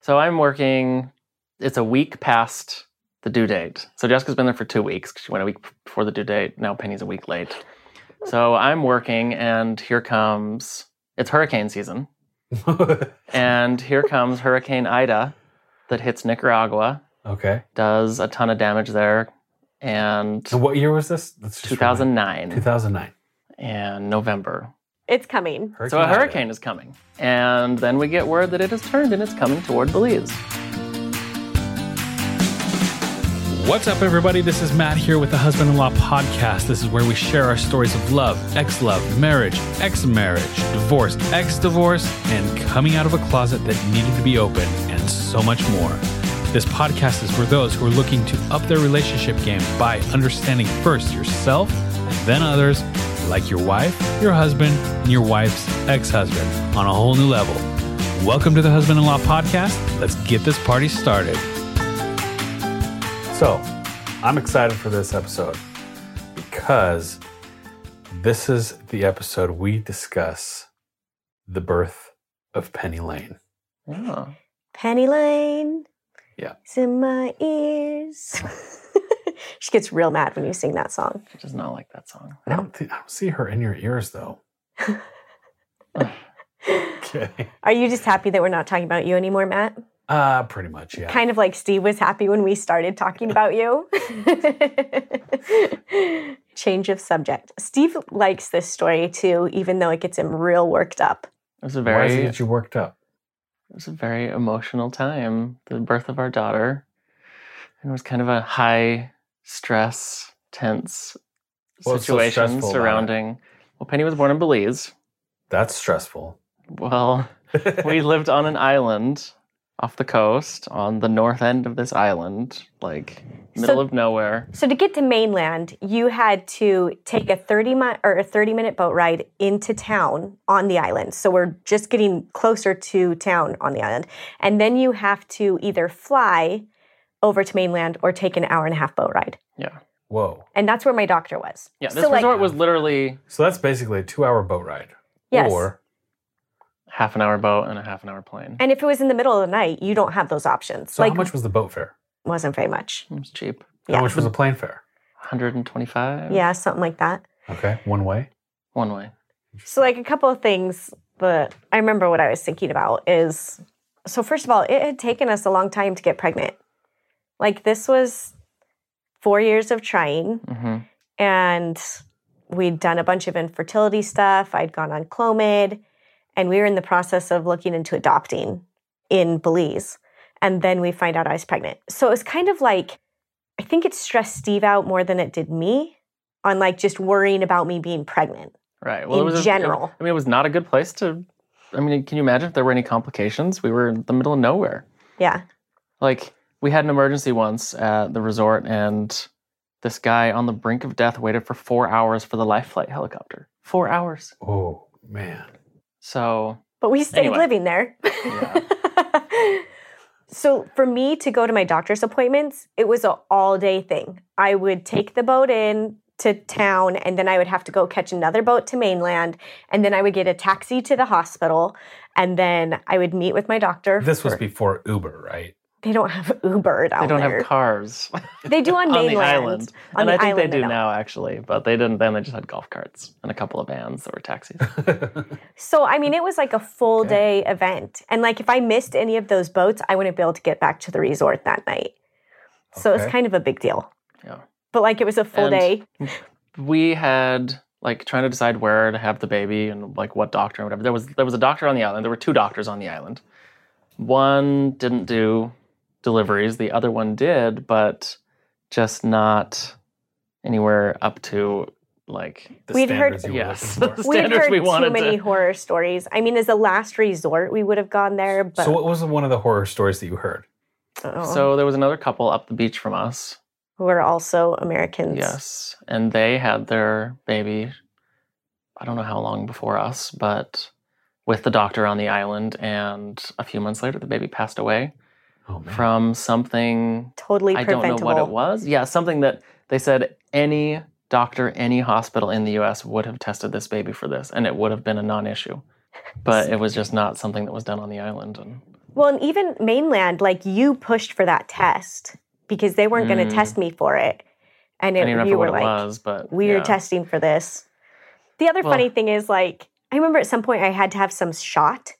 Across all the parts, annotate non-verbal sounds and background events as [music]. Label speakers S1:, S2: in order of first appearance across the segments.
S1: So I'm working. It's a week past the due date. So Jessica's been there for two weeks. 'cause She went a week before the due date. Now Penny's a week late.
S2: [laughs]
S1: So I'm working, and here comes it's hurricane season,
S2: [laughs]
S1: and here comes Hurricane Ida that hits Nicaragua,
S2: okay.
S1: does a ton of damage there, and
S2: So what year was this? That's
S1: 2009
S2: Two thousand nine.
S1: and November.
S3: It's coming.
S1: So a hurricane is coming, and then we get word that it has turned and it's coming toward Belize.
S4: What's up, everybody? This is Matt here with the Husband in Law Podcast. This is where we share our stories of love, ex love, marriage, ex marriage, divorce, ex divorce, and coming out of a closet that needed to be open, and so much more. This podcast is for those who are looking to up their relationship game by understanding first yourself and then others, like your wife, your husband, and your wife's ex husband, on a whole new level. Welcome to the Husband in Law Podcast. Let's get this party started.
S2: So, I'm excited for this episode because this is the episode we discuss the birth of Penny Lane.
S1: Yeah.
S3: Penny Lane.
S2: Yeah.
S3: It's in my ears. [laughs] she gets real mad when you sing that song.
S1: She does not like that song.
S2: I don't think I don't see her in your ears though. okay.
S3: Are you just happy that we're not talking about you anymore, Matt?
S2: Uh pretty much, yeah.
S3: Kind of like Steve was happy when we started talking about you. [laughs] Change of subject. Steve likes this story too, even though it gets him real worked up.
S1: It was a
S2: Why is it
S1: very,
S2: that you worked up?
S1: it was a very emotional time. The birth of our daughter, and it was kind of a high stress, tense
S2: What was so
S1: situation
S2: stressful about it?
S1: surrounding. Well, Penny was born in Belize.
S2: That's [laughs] stressful.
S1: Well, we lived on an island off the coast, on the north end of this island, like middle
S3: So-
S1: of nowhere.
S3: So to get to mainland, you had to take a 30 mi- or a 30 minute boat ride into town on the island. So we're just getting closer to town on the island. And then you have to either fly over to mainland or take an hour and a half boat ride.
S2: Whoa.
S3: And that's where my doctor was.
S1: Yeah, this
S3: So, like-
S1: resort was literally
S2: So that's basically a two hour boat ride.
S3: Yes.
S2: Or
S1: half an hour boat and a half an hour plane.
S3: And if it was in the middle of the night, you don't have those options.
S2: so
S3: like
S2: how much was the boat fare?
S3: wasn't very much.
S1: It was cheap,
S3: Yeah.
S2: How much was the plane fare?
S1: 125.
S3: Yeah, something like that.
S2: Okay. One way.
S1: one way.
S3: So, like a couple of things that I remember what I was thinking about is so, first of all, it had taken us a long time to get pregnant. Like, this was four years of trying,
S1: hmm
S3: and we'd done a bunch of infertility stuff. I'd gone on Clomid, and we were in the process of looking into adopting in Belize. And then we find out I was pregnant. So, it was kind of like, I think it stressed Steve out more than it did me on like just worrying about me being pregnant.
S1: Right. Well,
S3: In
S1: it was a-
S3: general.
S1: I mean, it was not a good place to. I mean, can you imagine if there were any complications? We were in the middle of nowhere.
S3: Yeah.
S1: Like we had an emergency once at the resort, and this guy on the brink of death waited for four hours for the life flight helicopter. Four hours.
S2: Oh man.
S1: So
S3: but we stayed
S1: Anyway.
S3: living there.
S1: Yeah.
S3: [laughs] so for me to go to my doctor's appointments, it was an all day thing. I would take the boat in to town and then I would have to go catch another boat to mainland and then I would get a taxi to the hospital and then I would meet with my doctor.
S2: This was
S3: for-
S2: before Uber, right?
S3: they don't have Uber down
S1: they don't
S3: there.
S1: have cars [laughs]
S3: they do on,
S1: on
S3: mainland.
S1: the island,
S3: On
S1: and
S3: the
S1: I think
S3: island
S1: they do
S3: don't.
S1: now actually, but they didn't. Then they just had golf carts and a couple of vans that were taxis.
S2: [laughs]
S3: So I mean, it was like a full day event, and like if I missed any of those boats, I wouldn't be able to get back to the resort that night. So it was
S2: Okay.
S3: kind of a big deal.
S1: Yeah.
S3: But like it was a full
S1: And-
S3: day.
S1: we had like trying to decide where to have the baby and like what doctor and whatever. There was there was a doctor on the island. There were two doctors on the island. One didn't do deliveries. The other one did, but just not anywhere up to like
S2: The
S3: We'd heard-
S2: standards you were
S1: yes
S2: [laughs] looking for.
S1: the
S3: We'd
S1: standards
S3: heard
S1: we
S3: too
S1: wanted.
S3: many
S1: to,
S3: horror stories. I mean, as a last resort, we would have gone there, but
S2: so what was one of the horror stories that you heard?
S3: oh,
S1: so there was another couple up the beach from us.
S3: we're also Americans.
S1: Yes, and they had their baby. I don't know how long before us, but with the doctor on the island, and a few months later, the baby passed away.
S2: Oh man.
S1: from something
S3: Totally
S1: I don't know
S3: preventable.
S1: what it was. Yeah, something that they said any doctor, any hospital in the U.S. would have tested this baby for this, and it would have been a non-issue. But it was just not something that was done on the island, and
S3: Well, and even mainland, like you pushed for that test because they weren't going
S1: Mm.
S3: to test me for it, and
S1: I
S3: it,
S1: don't even remember
S3: you
S1: what
S3: were
S1: it
S3: like,
S1: was, but
S3: "We
S1: yeah.
S3: are testing for this." The other
S1: Well-
S3: funny thing is, like, I remember at some point I had to have some shot,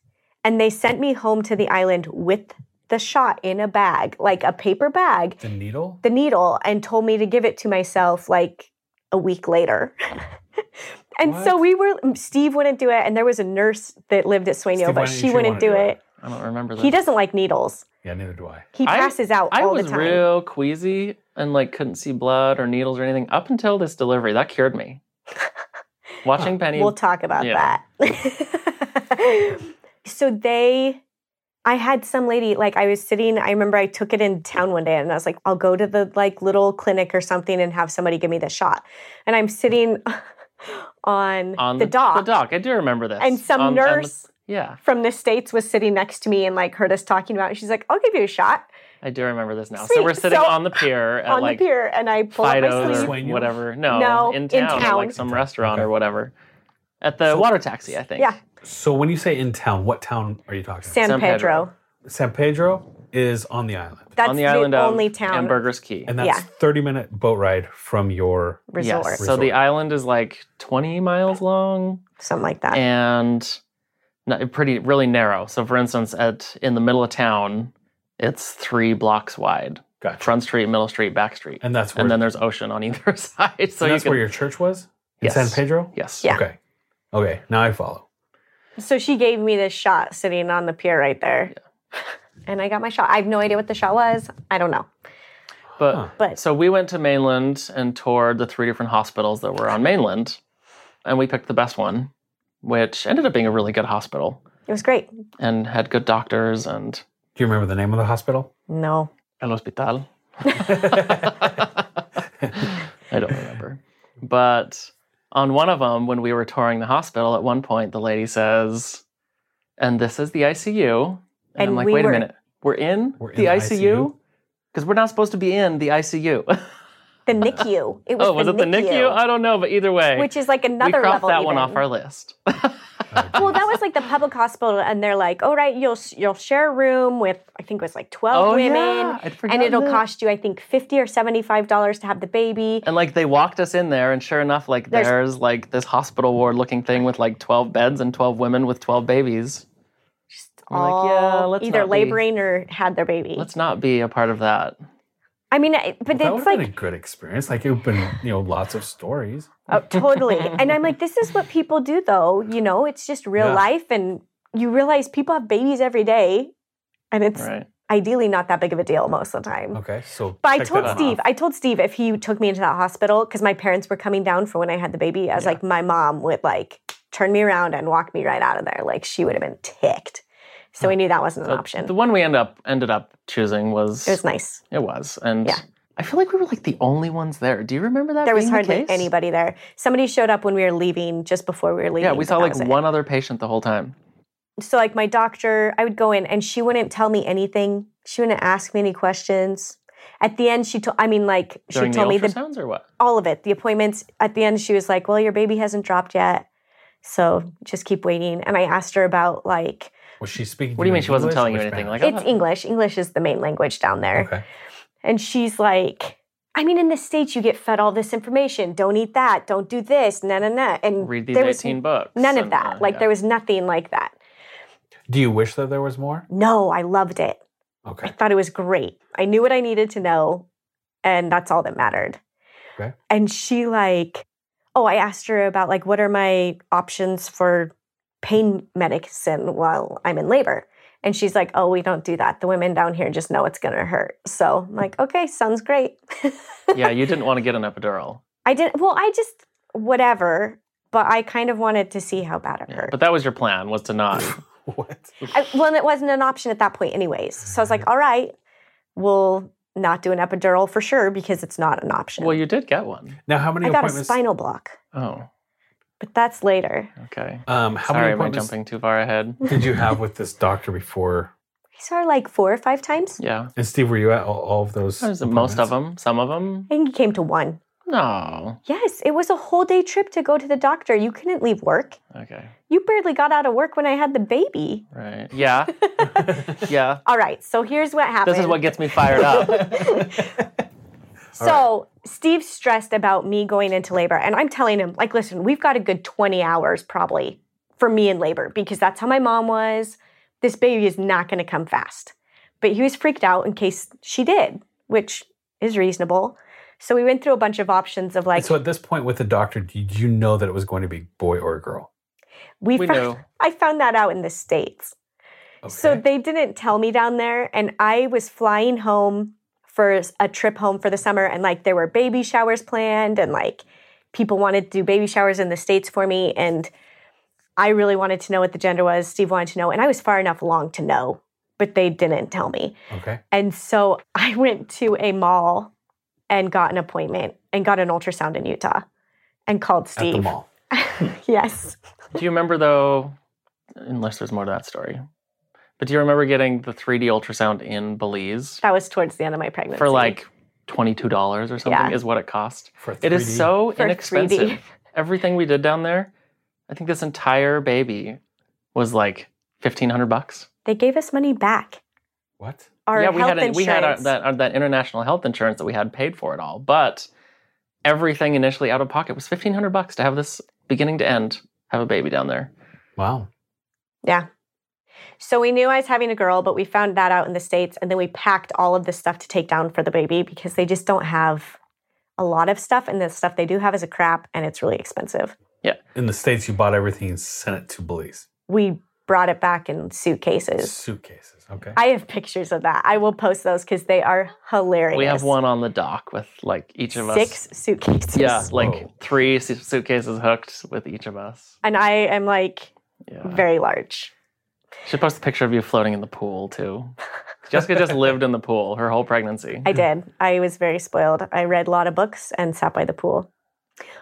S3: and they sent me home to the island with the shot in a bag, like a paper bag,
S2: The needle?
S3: the needle, and told me to give it to myself like a week later. [laughs] and so
S2: What?
S3: we were. mm, Steve wouldn't do it, and there was a nurse that lived at Sueno,
S2: Steve, why
S3: but
S2: didn't
S3: she
S2: you
S3: wouldn't
S2: wanna
S3: do it.
S1: I don't remember that.
S3: He doesn't like needles.
S2: Yeah, neither do I.
S3: He
S1: I-
S3: passes out
S1: I
S3: all
S1: was
S3: the time.
S1: real queasy and like couldn't see blood or needles or anything up until this delivery. That cured
S3: [laughs]
S1: me. Watching Penny.
S3: We'll talk about
S1: Yeah.
S3: that. [laughs] so they, I had some lady like I was sitting. I remember I took it in town one day, and I was like, I'll go to the like little clinic or something and have somebody give me the shot. And I'm sitting [laughs] on,
S1: on
S3: the, dock,
S1: The dock. I do remember this.
S3: and some
S1: On- on the-
S3: nurse
S1: yeah,
S3: from the states was sitting next to me and like heard us talking about. it. She's like, I'll give you a shot
S1: I do remember this now. So
S3: Sweet.
S1: we're sitting
S3: So-
S1: on the pier at
S3: on
S1: like
S3: the pier, and I pull up
S1: Fido's
S3: my
S1: or
S3: sleeve.
S2: Sueños?
S1: whatever. No,
S3: No,
S1: in
S3: in
S1: town, At
S3: town.
S1: like some restaurant or
S2: Okay.
S1: whatever. At the
S2: So-
S1: water taxi, I think.
S3: Yeah,
S2: So when you say in town, what town are you talking
S3: San,
S1: San Pedro.
S3: Pedro.
S2: about? San Pedro is on the island.
S3: That's
S1: on the island of
S3: only town
S1: and Burgers Key.
S2: And that's
S3: Yeah.
S2: 30 minute boat ride from your
S3: resort,
S1: Yes. So the island is like 20 miles long.
S3: something like that.
S1: and not, pretty really narrow. So, for instance, at in the middle of town, it's three blocks wide:
S2: gotcha.
S1: front street, middle street, back street, and,
S2: And that's where
S1: then there's ocean on either [laughs] side. So
S2: and
S1: you
S2: that's
S1: can,
S2: where your church was? In
S1: Yes.
S2: San Pedro?
S1: yes,
S3: Yeah.
S2: Okay. Okay. Now I follow.
S3: So she gave me this shot sitting on the pier right there. [laughs] And I got my shot. I have no idea what the shot was. I don't know.
S1: But
S2: Huh.
S3: But
S1: so we went to mainland and toured the three different hospitals that were on mainland, and we picked the best one, which ended up being a really good hospital
S3: it was great.
S1: and had good doctors and
S2: Do you remember the name of the hospital?
S3: [laughs] No.
S1: El hospital. [laughs] I don't remember. But on one of them, when we were touring the hospital, at one point the lady says, and this is the ICU. And, I'm
S3: And
S1: like,
S3: we
S1: wait a
S3: were-
S1: minute, we're in,
S2: We're in
S1: the
S2: the
S1: ICU?
S2: ICU?
S1: Because we're not supposed to be in the [laughs] ICU.
S3: The NICU.
S1: [laughs]
S3: It was
S1: oh, was
S3: the
S1: it the
S3: NICU,
S1: NICU? I don't know, but either way,
S3: which is like
S1: we
S3: another
S1: crossed
S3: level.
S1: that one
S3: even. Oh,
S1: off our
S3: [laughs]
S1: list.
S3: well, that was like the public hospital, and they're like, "All right, you'll you'll share a room with I think it was like twelve
S1: oh,
S3: women,
S1: yeah. I'd
S3: and
S1: forgotten
S3: it'll
S1: that.
S3: cost you I think fifty or seventy five dollars to have the baby."
S1: And like they walked us in there, and sure enough, like there's,
S3: There's-
S1: like this hospital ward looking thing with like 12 beds and 12 women with 12 babies. We're like,
S3: all
S1: yeah, let's
S3: either
S1: not be-
S3: laboring or had their baby.
S1: Let's not be a part of that.
S3: I mean, I- but
S2: that would
S3: it's
S2: have
S3: like
S2: been a good experience. Like it would have been, you know, lots of stories.
S3: Oh, totally. and I'm
S1: [laughs]
S3: like, this is what people do, though. You know, it's just real
S2: Yeah.
S3: life, and you realize people have babies every day, and it's
S1: Right.
S3: ideally not that big of a deal most of the time.
S2: Okay. So
S3: But I
S2: check
S3: told
S2: that one
S3: Steve,
S2: off.
S3: I told Steve if he took me into that hospital because my parents were coming down for when I had the baby. I was
S1: Yeah.
S3: like, my mom would like turn me around and walk me right out of there. Like she would have been ticked. So we knew that wasn't an
S1: But
S3: option.
S1: The one we end up ended up choosing was
S3: it was nice.
S1: it was, and
S3: Yeah.
S1: I feel like we were like the only ones there. Do you remember that?
S3: There was
S1: being the
S3: hardly
S1: case?
S3: anybody there. Somebody showed up when we were leaving, just before we were leaving.
S1: Yeah, we
S3: but
S1: saw
S3: that
S1: like
S3: was it.
S1: one other patient the whole time.
S3: so like my doctor, I would go in and she wouldn't tell me anything. She wouldn't ask me any questions. At the end, she told I mean like she
S1: During
S3: told
S1: the
S3: me the
S1: ultrasounds or what?
S3: all of it, the appointments. At the end, she was like, "Well, your baby hasn't dropped yet, so just keep waiting." And I asked her about like
S2: was she speaking?
S1: What do you mean she wasn't
S2: English
S1: telling
S2: or
S1: you anything?
S2: Spanish?
S1: Like,
S3: it's English. English is the main language down there.
S2: okay.
S3: And she's like, "I mean, in the states, you get fed all this information. Don't eat that. Don't do this. Na na na." And
S1: read these
S3: Mm, there was
S1: eighteen books.
S3: none of
S1: and,
S3: that.
S1: uh,
S3: like
S1: yeah.
S3: there was nothing like that.
S2: Do you wish that there was more?
S3: No, I loved it.
S1: [laughs]
S3: I
S2: Okay.
S3: thought it was great. I knew what I needed to know, and that's all that mattered.
S2: Okay.
S3: And she like, oh, I asked her about like what are my options for pain medicine while I'm in labor. And she's like, "Oh, we don't do that. The women down here just know it's going to hurt." So, I'm like, "Okay, sounds great." [laughs]
S1: yeah, you didn't want to get an epidural.
S3: I didn't well, I just whatever, but I kind of wanted to see how bad it
S1: Yeah,
S3: hurt.
S1: But that was your plan was to not.
S3: [laughs]
S2: What?
S3: I, well, and it wasn't an option at that point, anyways. So I was like, all right, we'll not do an epidural for sure because it's not an option.
S1: well, you did get one.
S2: Now, how many
S3: I got a
S2: appointments?
S3: spinal block,
S1: Oh,
S3: but that's later.
S1: okay.
S2: um, how
S1: Sorry,
S2: many
S1: am
S2: Mm,
S1: I
S2: appointments
S1: jumping too far ahead?
S2: did you have with this doctor before?
S3: I saw her like four or five times.
S1: Yeah,
S2: And Steve, were you at all, all of those?
S1: There's most of
S2: appointments?
S1: them, some of them.
S3: I think he came to one.
S1: No.
S3: Yes, it was a whole day trip to go to the doctor. You couldn't leave work.
S1: Okay.
S3: You barely got out of work when I had the baby.
S1: Right.
S2: [laughs]
S1: Yeah. yeah.
S3: All right, so here's what happened.
S1: This is what gets me fired
S3: [laughs]
S1: up.
S3: So Steve's stressed about me going into labor, and I'm telling him, like, listen, we've got a good 20 hours probably for me in labor because that's how my mom was. This baby is not going to come fast. But he was freaked out in case she did, which is reasonable. So we went through a bunch of options of like
S2: so at this point with the doctor, did you know that it was going to be boy or girl?
S3: we,
S1: We
S3: found,
S1: knew.
S3: [laughs] I found that out in the states. So they didn't tell me down there, and I was flying home for a trip home for the summer, and like there were baby showers planned, and like people wanted to do baby showers in the states for me, and I really wanted to know what the gender was. Steve wanted to know, and I was far enough along to know, but they didn't tell me,
S2: okay.
S3: and so [laughs] I went to a mall and got an appointment and got an ultrasound in Utah, and called
S2: At the
S3: Steve.
S2: mall.
S3: [laughs] yes,
S1: Do you remember though? Unless there's more to that story, but do you remember getting the 3D ultrasound in Belize
S3: that was towards the end of my pregnancy.
S1: for like twenty-two dollars or something?
S3: Yeah.
S1: Is what it cost.
S2: For
S1: It is
S2: 3D.
S1: so
S3: For 3D.
S1: inexpensive. Everything we did down there, I think this entire baby was like fifteen hundred bucks.
S3: they gave us money back.
S2: what?
S3: our
S1: yeah, we
S3: health
S1: had a-
S3: insurance.
S1: we had our, that our, that international health insurance that we had paid for it all, but everything initially out of pocket was fifteen hundred bucks to have this beginning to end have a baby down there.
S2: Wow.
S3: so we knew I was having a girl, but we found that out in the states, and then we packed all of this stuff to take down for the baby because they just don't have a lot of stuff, and the stuff they do have is a crap, and it's really expensive.
S2: In the states, you bought everything and sent it to Belize.
S3: We brought it back in suitcases.
S2: Suitcases. Okay.
S3: I have pictures of that. I will post those because they are hilarious.
S1: We have one on the dock with like each of us
S3: six suitcases.
S1: Yeah, like
S2: Whoa.
S1: three su- suitcases hooked with each of us.
S3: and I am like
S1: Yeah.
S3: very large.
S1: Should post a picture of you floating in the pool too. Jessica
S3: [laughs]
S1: just lived in the pool her whole pregnancy.
S3: I did. I was very spoiled. I read a lot of books and sat by the pool.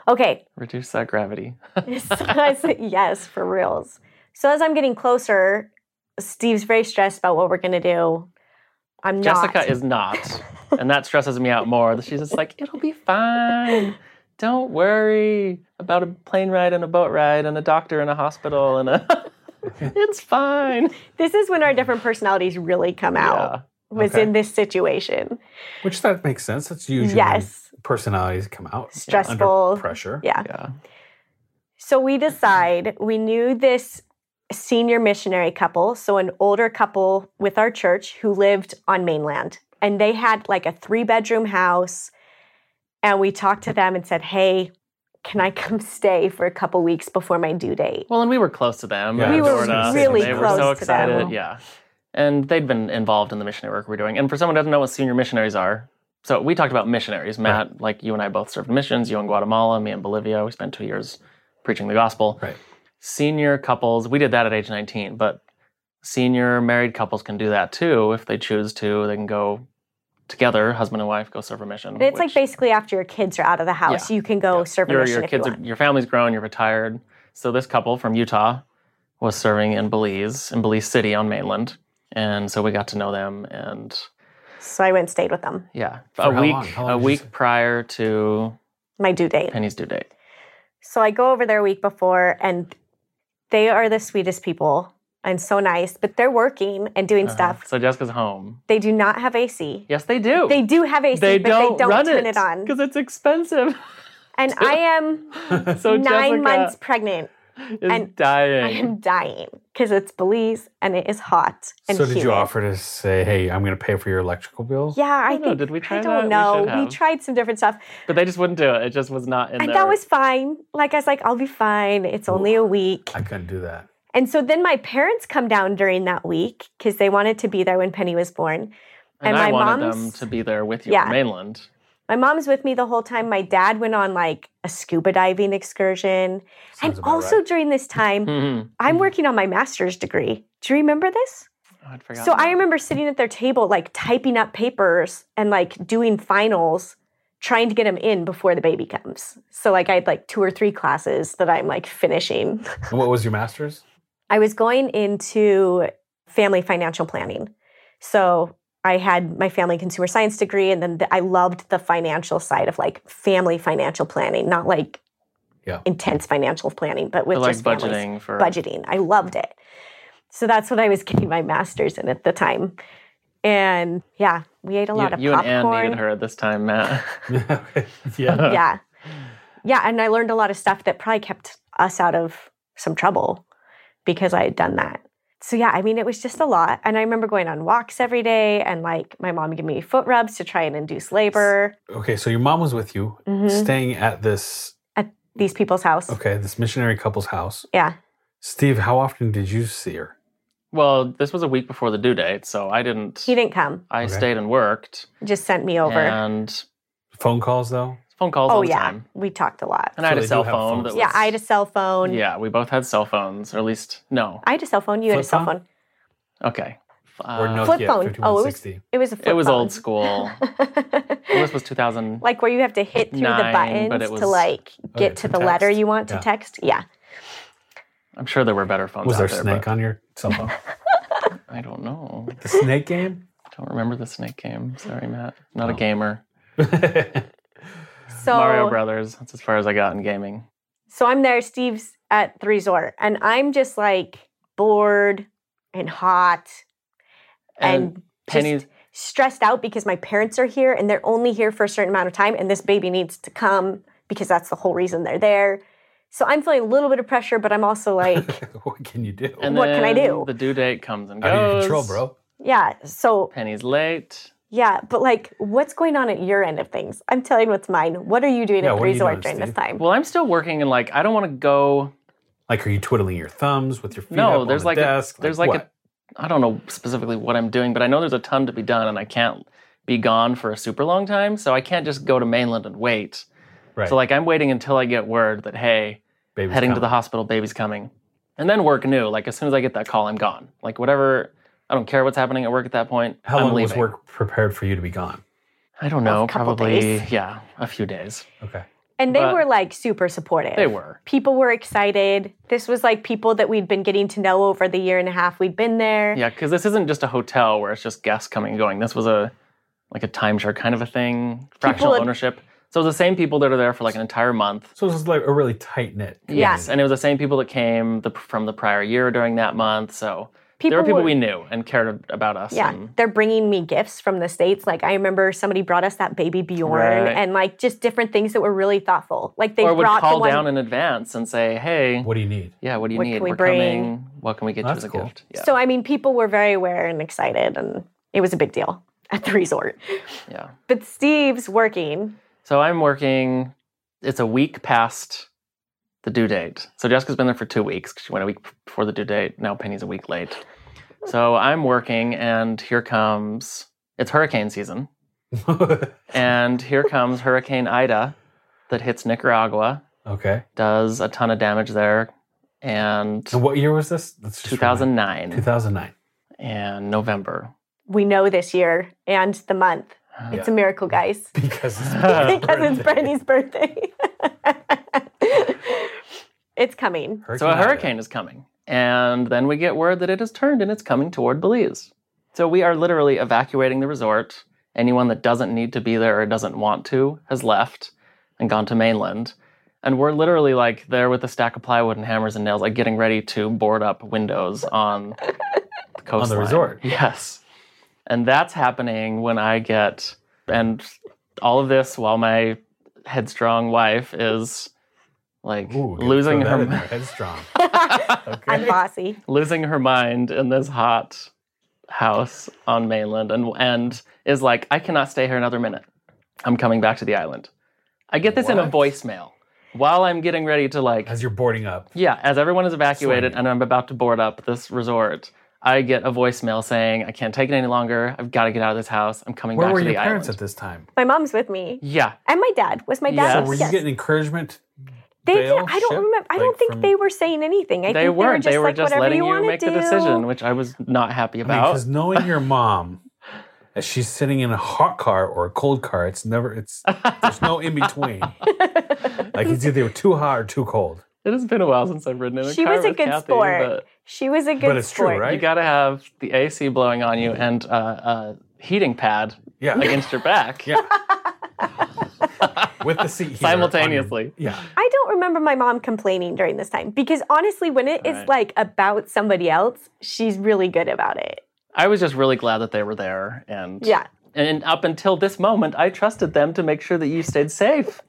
S3: Okay,
S1: Reduce that gravity.
S3: [laughs] so I said, yes, for reals. So as I'm getting closer, Steve's very stressed about what we're gonna do. I'm
S1: Jessica
S3: not.
S1: is not, and that stresses me out more. She's just like, it'll be fine. Don't worry about a plane ride and a boat ride and a doctor and a hospital and a. [laughs] it's fine.
S3: this is when our different personalities really come out.
S1: Yeah.
S3: Was
S2: Okay.
S3: in this situation.
S2: Which that makes sense. That's usually
S3: yes,
S2: when personalities come out
S3: stressful.
S2: under pressure.
S3: Yeah.
S1: Yeah.
S3: So we
S1: Mm-hmm.
S3: decide we knew this senior missionary couple, so an older couple with our church who lived on mainland. And they had like a three bedroom house. And we talked to them and said, hey, can I [laughs] come stay for a couple weeks before my due date?
S1: Well, and we were close to them.
S2: Yeah,
S1: and
S2: We were
S1: sort of,
S2: really
S1: and they
S2: close
S1: were so
S3: to them.
S1: excited. Yeah. And they'd been involved in the missionary work we were doing. And for someone who doesn't know what senior missionaries are, so we talked about missionaries. Matt, like you and I both served missions, you in Guatemala, me in Bolivia. We spent two years preaching the gospel.
S2: Right.
S1: Senior couples, we did that at age 19, but senior married couples can do that too if they choose to. They can go together, husband and wife, go serve a mission.
S3: And it's like
S1: which-
S3: basically after your kids are out of the house, you can go serve a
S1: your,
S3: mission
S1: your
S3: if
S1: kids
S3: you
S1: are,
S3: want.
S1: your family's grown you're retired so this couple from utah was serving in belize in belize city on mainland and so we got to know them and
S3: So I went and stayed with them.
S1: yeah
S2: For
S1: a
S2: how
S1: week
S2: long? How long
S1: a
S2: did you
S1: week
S2: stay?
S1: prior to
S3: My due date.
S1: penny's due date
S3: So I go over there a week before, and they are the sweetest people and so nice, but they're working and doing
S1: Uh,
S3: stuff.
S1: so jessica's home
S3: They do not have AC.
S1: yes they do
S3: They do have AC,
S1: They
S3: but they don't
S1: run
S3: turn it, on.
S1: because it's
S2: [laughs]
S1: expensive.
S3: And I am
S1: So Jessica
S3: nine months pregnant.
S1: is
S3: and I
S1: dying.
S3: am dying because it's Belize and it is hot and
S2: so did you
S3: humid.
S2: offer to say, hey, I'm going to pay for your electrical bill?
S3: Yeah, I,
S1: don't know.
S3: think
S1: Did we try
S3: I
S1: that?
S3: don't
S1: We
S3: know.
S1: should have.
S3: tried some different stuff,
S1: but they just wouldn't do it. It just was not in
S3: and
S1: their
S3: that was fine. Like I was like, I'll be fine. It's only a week.
S2: I couldn't do that.
S3: And so then my parents come down during that week because they wanted to be there when Penny was born.
S1: and
S3: and
S1: I
S3: my
S1: wanted them
S3: mom's-
S1: to be there with you
S3: Yeah.
S1: on mainland.
S3: My mom's with me the whole time. My dad went on like a scuba diving excursion.
S2: Sounds
S3: and
S2: about
S3: also
S2: right.
S3: during this time,
S1: Mhm.
S3: I'm working on my master's degree. Do you remember this?
S1: Oh, I'd forgotten.
S3: So I
S1: that.
S3: remember sitting at their table, like typing up papers and like doing finals, trying to get them in before the baby comes. So, like, I had like two or three classes that I'm like finishing. [laughs]
S2: What was your master's? [laughs]
S3: I was going into family financial planning. So I had my family consumer science degree, and then the, I loved the financial side of like family financial planning, not like
S2: Yeah.
S3: intense financial planning, but with
S1: Or, like
S3: just families.
S1: budgeting for
S3: budgeting. I loved it. So that's what I was getting my master's in at the time. And yeah, we ate a
S1: You-
S3: lot of
S1: you, and
S3: popcorn.
S1: Anne needed her at this time, Matt. [laughs]
S2: yeah.
S3: yeah. Yeah. And I learned a lot of stuff that probably kept us out of some trouble because I had done that. So yeah, I mean, it was just a lot. And I remember going on walks every day and like my mom gave me foot rubs to try and induce labor.
S2: Okay, so your mom was with you,
S1: Mm-hmm.
S3: Mhm.
S2: staying at this
S3: These people's house.
S2: okay, this missionary couple's house.
S3: Yeah.
S2: Steve, how often did you see her?
S1: Well, this was a week before the due date, so I didn't.
S3: He didn't come,
S1: I
S2: Okay.
S1: stayed and worked,
S3: just sent me over.
S1: and
S2: Phone calls though?
S1: phone calls all
S3: oh,
S1: the
S3: yeah.
S1: time.
S3: We talked a lot.
S1: And
S2: So
S1: I had
S2: they
S1: a
S2: do
S1: cell
S2: have
S1: phone.
S2: phones.
S1: That
S3: yeah.
S1: was-
S3: I had a cell phone.
S1: Yeah, we both had cell phones, or at least no.
S3: I had a cell phone. You had a
S2: Flip
S3: cell
S2: phone?
S3: phone.
S1: Okay.
S2: Or
S1: Uh,
S3: flip
S2: Nokia
S3: phone. Oh, it was-
S2: 5160.
S3: It was a flip
S1: It was
S3: phone.
S1: old school.
S3: [laughs]
S1: this was 2000.
S3: like where you have to hit through
S1: Nine,
S3: the buttons
S1: but it was- oh,
S3: to like
S2: Okay,
S3: get
S2: to
S3: to the letter
S2: text.
S3: you want
S2: Yeah.
S3: to text. Yeah.
S1: I'm sure there were better phones.
S2: Was
S1: out
S2: there a
S1: there,
S2: snake on your cell phone?
S1: [laughs] but I don't know.
S2: the snake game? [laughs]
S1: Don't remember the snake game. Sorry, Matt. Not a gamer.
S3: So
S1: Mario Brothers. That's as far as I got in gaming.
S3: so I'm there, Steve's at the resort, and I'm just like bored and hot and,
S1: And, Penny's.
S3: stressed out because my parents are here and they're only here for a certain amount of time and this baby needs to come because that's the whole reason they're there. So I'm feeling a little bit of pressure, but I'm
S1: [laughs]
S3: also like,
S2: what can you do?
S1: and
S3: what can I
S1: then
S3: do?
S1: The due date comes and goes.
S2: Out of your control, bro.
S3: yeah. So
S1: Penny's late.
S3: Yeah, but like, what's going on at your end of things? I'm telling you what's mine. What are you doing
S2: Yeah,
S3: at the
S2: what are you
S3: resort
S2: doing,
S3: during
S2: Steve?
S3: this time?
S1: Well, I'm still working and like I don't want to go.
S2: Like, are you twiddling your thumbs with your feet
S1: No,
S2: up
S1: there's
S2: on the
S1: like a-
S2: desk?
S1: there's like a-
S2: what?
S1: I don't know specifically what I'm doing, but I know there's a ton to be done, and I can't be gone for a super long time, so I can't just go to mainland and wait.
S2: right.
S1: So like I'm waiting until I get word that hey,
S2: Baby's
S1: heading to the
S2: coming.
S1: hospital, baby's coming. And then work new. Like as soon as I get that call, I'm gone. Like whatever, I don't care what's happening at work at that point.
S2: How
S1: I'm
S2: long
S1: leaving.
S2: was work prepared for you to be gone?
S1: I don't know.
S3: A couple
S1: Probably
S3: days.
S1: yeah, a few days.
S2: Okay.
S3: and they
S1: but-
S3: were like super supportive.
S1: They were.
S3: People were excited. This was like people that we'd been getting to know over the year and a half we'd been there.
S1: Yeah, because this isn't just a hotel where it's just guests coming and going. This was a like a timeshare kind of a thing, fractional
S3: had-
S1: ownership. So it was the same people that are there for like an entire month.
S2: So this is like a really tight knit.
S3: Yeah.
S1: Yes, and it was the same people that came the, from the prior year during that month. So
S3: People
S1: there were people
S3: were-
S1: we knew and cared about us.
S3: Yeah,
S1: and-
S3: they're bringing me gifts from the states. Like I remember somebody brought us that baby Bjorn
S1: Right.
S3: and like just different things that were really thoughtful. Like they
S1: or would
S3: brought the
S1: call
S3: one
S1: down in advance and say, "Hey,
S2: What do you [laughs] need?
S1: yeah, what do you
S3: What
S1: need?
S3: can we
S1: are
S3: bring?"
S1: coming. What can we get you
S2: That's
S1: as a
S2: cool.
S1: gift?" Yeah,
S3: So I mean, people were very aware and excited, and it was a big deal at the resort.
S1: yeah.
S3: But Steve's working.
S1: So I'm working. It's a week past the due date. So Jessica's been there for two weeks 'cause she went a week before the due date. Now Penny's a week late. So I'm working, and here comes it's hurricane season, and here comes Hurricane Ida that hits Nicaragua,
S2: okay.
S1: does a ton of damage there, and
S2: So what year was this? Let's just remind-
S1: 2009
S2: 2009.
S1: and November.
S3: we know this year and the month. It's a miracle, guys.
S2: [laughs] Because
S1: [laughs]
S2: [laughs] it's
S1: Because
S3: [laughs] because it's
S2: [laughs]
S3: Brandy's birthday. [laughs] it's coming.
S1: So a hurricane is coming. And then we get word that it has turned and it's coming toward Belize. So we are literally evacuating the resort. Anyone that doesn't need to be there or doesn't want to has left and gone to mainland. And we're literally like there with a stack of plywood and hammers and nails, like getting ready to board up windows [laughs] on the coastline.
S2: resort.
S1: Yes. And that's happening when I get, and all of this while my headstrong wife is like
S2: Ooh, good.
S1: losing
S2: Throw that in there.
S1: her [laughs]
S2: headstrong.
S3: I'm bossy.
S1: losing her mind in this hot house on mainland and and is like, I cannot stay here another minute. I'm coming back to the island. I get this in a
S2: What?
S1: voicemail while I'm getting ready to like
S2: As you're boarding up,
S1: yeah, as everyone is evacuated
S2: Slammed.
S1: and I'm about to board up this resort, I get a voicemail saying, I can't take it any longer. I've got to get out of this house. I'm coming
S2: where
S1: back
S2: were
S1: to
S2: your
S1: the
S2: parents
S1: island.
S2: at this time?
S3: My mom's with me.
S1: yeah.
S3: And my dad. Was my
S1: Yes.
S3: dad?
S1: So
S2: Were
S3: Yes.
S2: you getting encouragement?
S3: they did,
S2: bail
S3: I don't
S2: ship?
S3: remember. I don't
S2: Like,
S3: think
S2: from-
S3: they were saying anything. I
S1: they
S3: think
S1: weren't.
S3: They were just, like, whatever
S1: letting you
S3: wanna
S1: make the
S3: do.
S1: decision, which I was not happy about.
S2: Because knowing your mom,
S1: [laughs]
S2: as she's sitting in a hot car or a cold car, it's never it's there's no in
S1: [laughs]
S2: between. like it's either too hot or too cold.
S1: it has been a while since I've ridden in a
S3: She
S1: car
S3: was a
S1: with
S3: good
S1: Kathy,
S3: sport.
S1: but-
S3: She was a good
S2: But it's true,
S3: sport.
S2: right?
S1: You got to have the AC blowing on you and uh, uh, heating pad
S2: Yeah.
S1: against your back
S2: yeah. With the seat heater on your-
S1: simultaneously.
S2: yeah.
S3: I don't remember my mom complaining during this time because honestly, when it
S1: All
S3: is
S1: right.
S3: like about somebody else, she's really good about it.
S1: I was just really glad that they were there, and
S3: Yeah.
S1: and up until this moment, I trusted them to make sure that you stayed safe.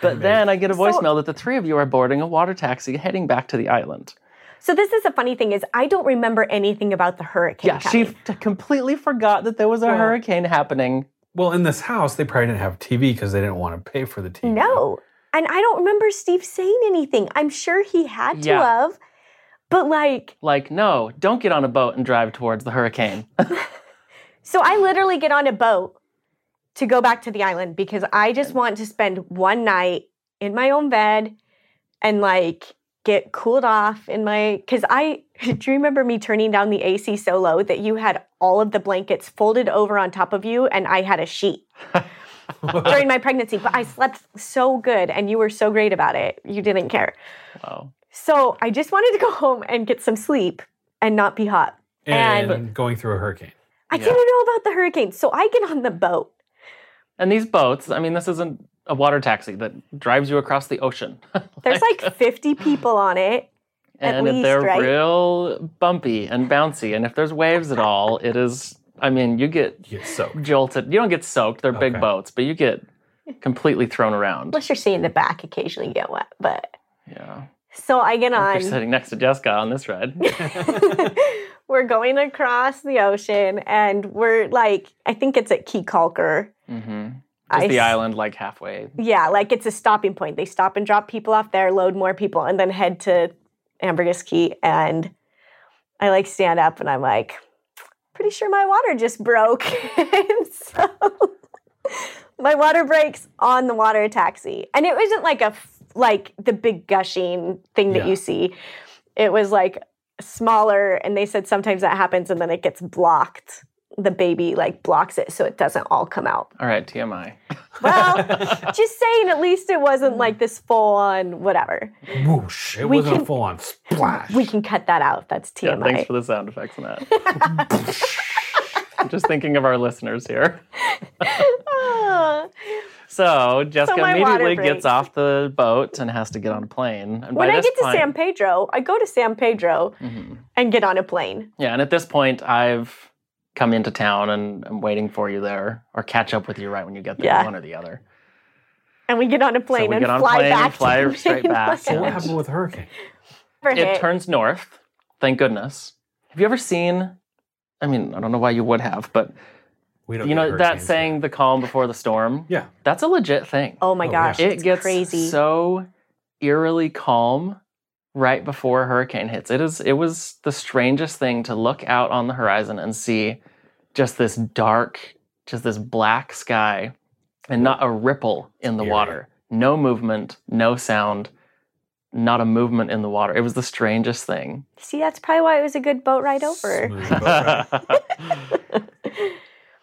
S1: But then I get a
S3: So-
S1: voicemail that the three of you are boarding a water taxi heading back to the island.
S3: So this is a funny thing is I don't remember anything about the hurricane.
S1: Yeah, she
S3: coming.
S1: f- completely forgot that there was a
S3: Oh.
S2: Well-
S1: hurricane happening.
S2: Well, in this house, they probably didn't have TV because they didn't want to pay for the TV.
S3: No. And I don't remember Steve saying anything. I'm sure he had to
S1: Yeah.
S3: have. But like,
S1: Like, no, don't get on a boat and drive towards the hurricane.
S3: so I literally get on a boat to go back to the island because I just want to spend one night in my own bed and like get cooled off in my cuz I [laughs] do you remember me turning down the AC so low that you had all of the blankets folded over on top of you and I had a sheet during my pregnancy but I slept so good and you were so great about it you didn't care
S1: Wow.
S3: So I just wanted to go home and get some sleep and not be hot.
S2: And,
S3: And-
S2: going through a hurricane.
S3: I
S1: Yeah.
S3: didn't know about the hurricane. So I get on the boat.
S1: And these boats, I mean, this isn't a water taxi that drives you across the ocean. [laughs]
S3: There's like 50 people on it. At
S1: and
S3: least,
S1: they're
S3: right?
S1: real bumpy and bouncy. And if there's waves at all, it is, I mean, you get
S2: You get soaked.
S1: jolted. You don't get soaked, they're
S2: Okay.
S1: big boats, but you get completely thrown around.
S3: Unless you're seeing the back occasionally you get wet. But
S1: Yeah.
S3: so I get
S1: If
S3: on.
S1: you're sitting next to Jessica on this
S3: [laughs]
S1: ride.
S3: we're going across the ocean and we're like, I think it's at Key Calker.
S1: hmm Just
S3: I
S1: the
S3: s-
S1: island, like halfway.
S3: Yeah, like it's a stopping point. They stop and drop people off there, load more people, and then head to Ambergris Key. And I like stand up and I'm like, pretty sure my water just broke. [laughs] and so my water breaks on the water taxi. And it wasn't like a f- like the big gushing thing that
S2: Yeah.
S3: you see. It was like smaller and they said sometimes that happens and then it gets blocked. The baby like blocks it so it doesn't all come out.
S1: All right, TMI.
S3: Well, just saying, at least it wasn't like this full on whatever.
S2: Whoosh. It
S3: We
S2: wasn't a
S3: can-
S2: full
S1: [laughs]
S2: on splash.
S3: We can cut that out. That's
S1: Yeah,
S3: TMI.
S1: thanks for the sound effects on that.
S3: [laughs]
S1: I'm just thinking of our listeners here.
S3: [laughs] Ah.
S1: So Jessica
S3: my water
S1: immediately
S3: breaks.
S1: gets off the boat and has to get on a plane. And by
S3: when I
S1: this
S3: get to
S1: point- Mm-hmm.
S3: San Pedro, I go to San Pedro and get on a plane.
S1: yeah, and at this point, I've come into town and I'm waiting for you there, or catch up with you right when you get there,
S3: Yeah.
S1: one or the other.
S3: And we get on a plane
S1: we
S3: and
S1: get on a
S3: fly
S1: plane and
S3: back. to
S1: fly
S3: the
S1: straight back.
S3: mainland.
S2: so what happened with the hurricane?
S3: For
S1: It
S3: hit.
S1: turns north. Thank goodness. Have you ever seen? I mean, I don't know why you would have, but
S2: We don't
S1: you
S2: get
S1: know that
S2: hurricanes here.
S1: saying, "The calm before the storm."
S2: Yeah.
S1: That's a legit thing.
S3: oh my
S2: Oh,
S3: gosh,
S2: yeah.
S3: it's
S1: it gets
S3: crazy.
S1: so eerily calm right before a hurricane hits. It is it was the strangest thing to look out on the horizon and see just this dark, just this black sky and not a ripple in the
S2: Eerie.
S1: water. No movement, no sound, not a movement in the water. It was the strangest thing.
S3: See, that's probably why it was a good boat ride over.
S2: Smooth
S1: [laughs]
S2: boat ride.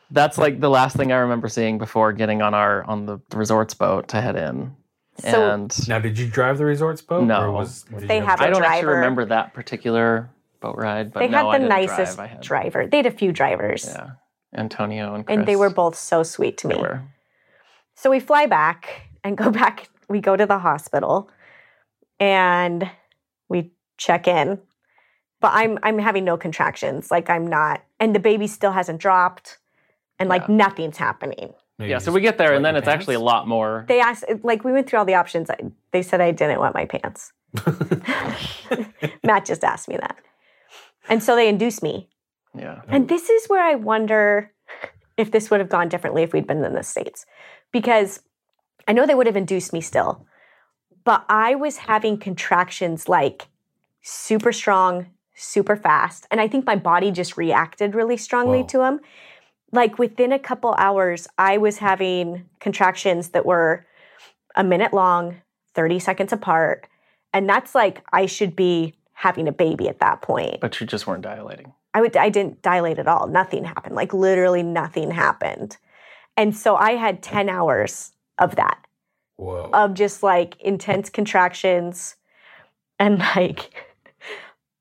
S1: That's like the last thing I remember seeing before getting on our on the resorts boat to head in.
S3: So-
S1: and
S2: Now, did you drive the resorts boat?
S1: No.
S2: Or was, did you
S3: They have
S1: I
S3: a
S1: don't actually
S3: driver.
S1: remember that particular boat ride, but
S3: They
S1: no, I
S3: had the
S1: didn't
S3: nicest
S1: drive. I had,
S3: driver. They had a few drivers,
S1: Yeah, Antonio and Chris.
S3: and they were both so sweet to
S1: They
S3: me.
S1: were.
S3: So we fly back and go [laughs] back. We go to the hospital and we check in. But I'm I'm having no contractions. Like I'm not, and the baby still hasn't dropped, and like
S1: Yeah.
S3: nothing's happening.
S2: Maybe
S1: Yeah, so
S2: just
S1: we get there, and
S2: wet
S1: then
S2: your
S1: it's actually a
S2: pants?
S1: lot more.
S3: They asked, like we went through all the options. I, they said I didn't want my pants. [laughs] Matt just asked me that, and so they induced me.
S1: yeah,
S3: And this is where I wonder if this would have gone differently if we'd been in the States. Because I know they would have induced me still, but I was having contractions like super strong, super fast. And I think my body just reacted really strongly
S2: Whoa.
S3: to them. Like within a couple hours, I was having contractions that were a minute long, 30 seconds apart. And that's like, I should be having a baby at that point.
S1: but you just weren't dilating.
S3: I would I didn't dilate at all. Nothing happened. Like literally nothing happened. And so I had 10 hours of that
S2: Whoa.
S3: Oh, of just like intense contractions and like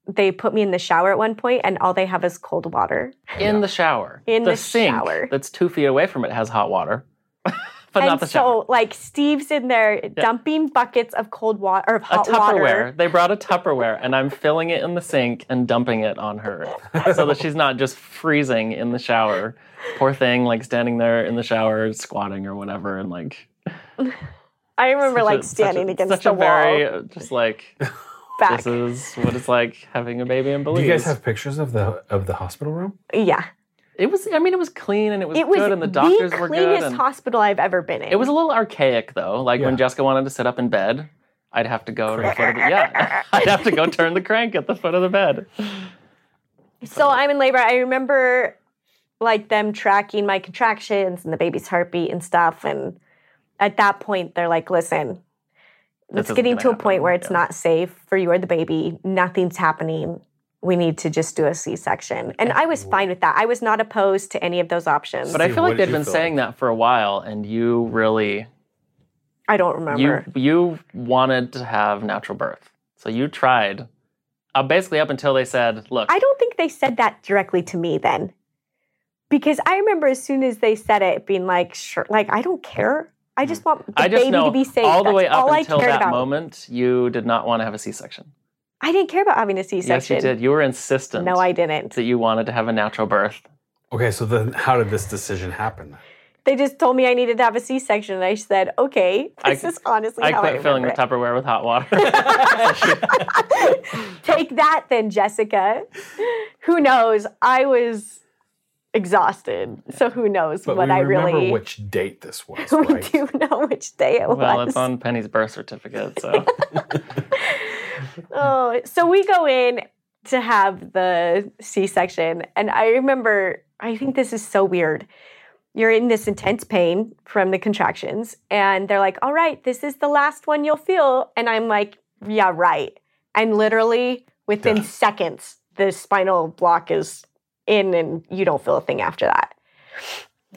S3: they put me in the shower at one point and all they have is cold water.
S2: [laughs]
S1: in the shower.
S3: In the
S1: sink
S3: shower.
S1: that's two feet away from it has hot water, [laughs] but
S3: and
S1: not the
S3: so
S1: shower.
S3: like Steve's in there dumping buckets of cold water or of
S1: A
S3: hot
S1: Tupperware.
S3: water.
S1: They brought a Tupperware, and I'm filling it in the sink and dumping it on her, so that she's not just freezing in the shower. Poor thing, like standing there in the shower, squatting or whatever, and like.
S3: I remember
S1: such
S3: like
S1: a- such a-
S3: standing against
S1: such
S3: the
S1: a very,
S3: wall
S1: uh, Just like
S3: [laughs] back.
S1: this is what it's like having a baby in
S2: Do
S1: Belize.
S2: you guys have pictures of the of the hospital room?
S3: yeah.
S1: It was. I mean, it was clean and it was,
S3: It was
S1: good, and the doctors
S3: the
S1: were good.
S3: cleanest
S1: And
S3: hospital I've ever been in.
S1: it was a little archaic though. Like
S2: Yeah.
S1: when Jessica wanted to sit up in bed, I'd have to go to the foot of the
S3: [laughs]
S1: yeah. [laughs] I'd have to go turn the crank at the foot of the bed.
S3: So I'm in labor. I remember like them tracking my contractions and the baby's heartbeat and stuff. And at that point, they're like, listen,
S1: This
S3: it's
S1: isn't
S3: getting
S1: gonna
S3: to a
S1: happen,
S3: point where it's
S1: yeah.
S3: not safe for you or the baby. Nothing's happening. We need to just do a C section. And I was fine with that. I was not opposed to any of those options.
S1: But
S3: I,
S1: I
S2: See,
S1: feel
S2: what
S1: like
S2: did
S1: they'd
S2: you
S1: been
S2: feel?
S1: saying that for a while, and you really
S3: don't remember.
S1: you you wanted to have natural birth, so you tried. Uh, basically, up until they said, "Look,
S3: I don't think they said that directly to me then. Because I remember as soon as they said it, being like, sure, like, I don't care. I just want the
S1: Mm. I just
S3: baby
S1: know
S3: to be safe.
S1: all the
S3: That's
S1: way up
S3: all I
S1: until
S3: cared
S1: that
S3: about.
S1: moment, you did not want to have a C-section.
S3: I didn't care about having a C
S1: Yes,
S3: section.
S1: you did. You were insistent
S3: No, I didn't.
S1: that you wanted to have a natural birth.
S2: Okay, so then how did this decision happen?
S3: They just told me I needed to have a C section, and I said, "Okay,
S1: I-
S3: this is honestly
S1: I
S3: how
S1: quit
S3: I
S1: filling the
S3: remember
S1: Tupperware with hot
S3: [laughs]
S1: water. [laughs]
S3: it." Take that, then, Jessica. Who knows? I was exhausted, so who knows
S2: But
S3: what
S2: we
S3: I
S2: remember
S3: really.
S2: which date this was,
S3: [laughs] we
S2: right?
S3: do know which day it
S1: well,
S3: was.
S1: it's on Penny's birth certificate, so
S3: Oh, so we go in to have the C section. And I remember, I think this is so weird. You're in this intense pain from the contractions, and they're like, all right, this is the last one you'll feel. And I'm like, yeah, right. And literally within
S2: Yeah.
S3: seconds, the spinal block is in, and you don't feel a thing after that.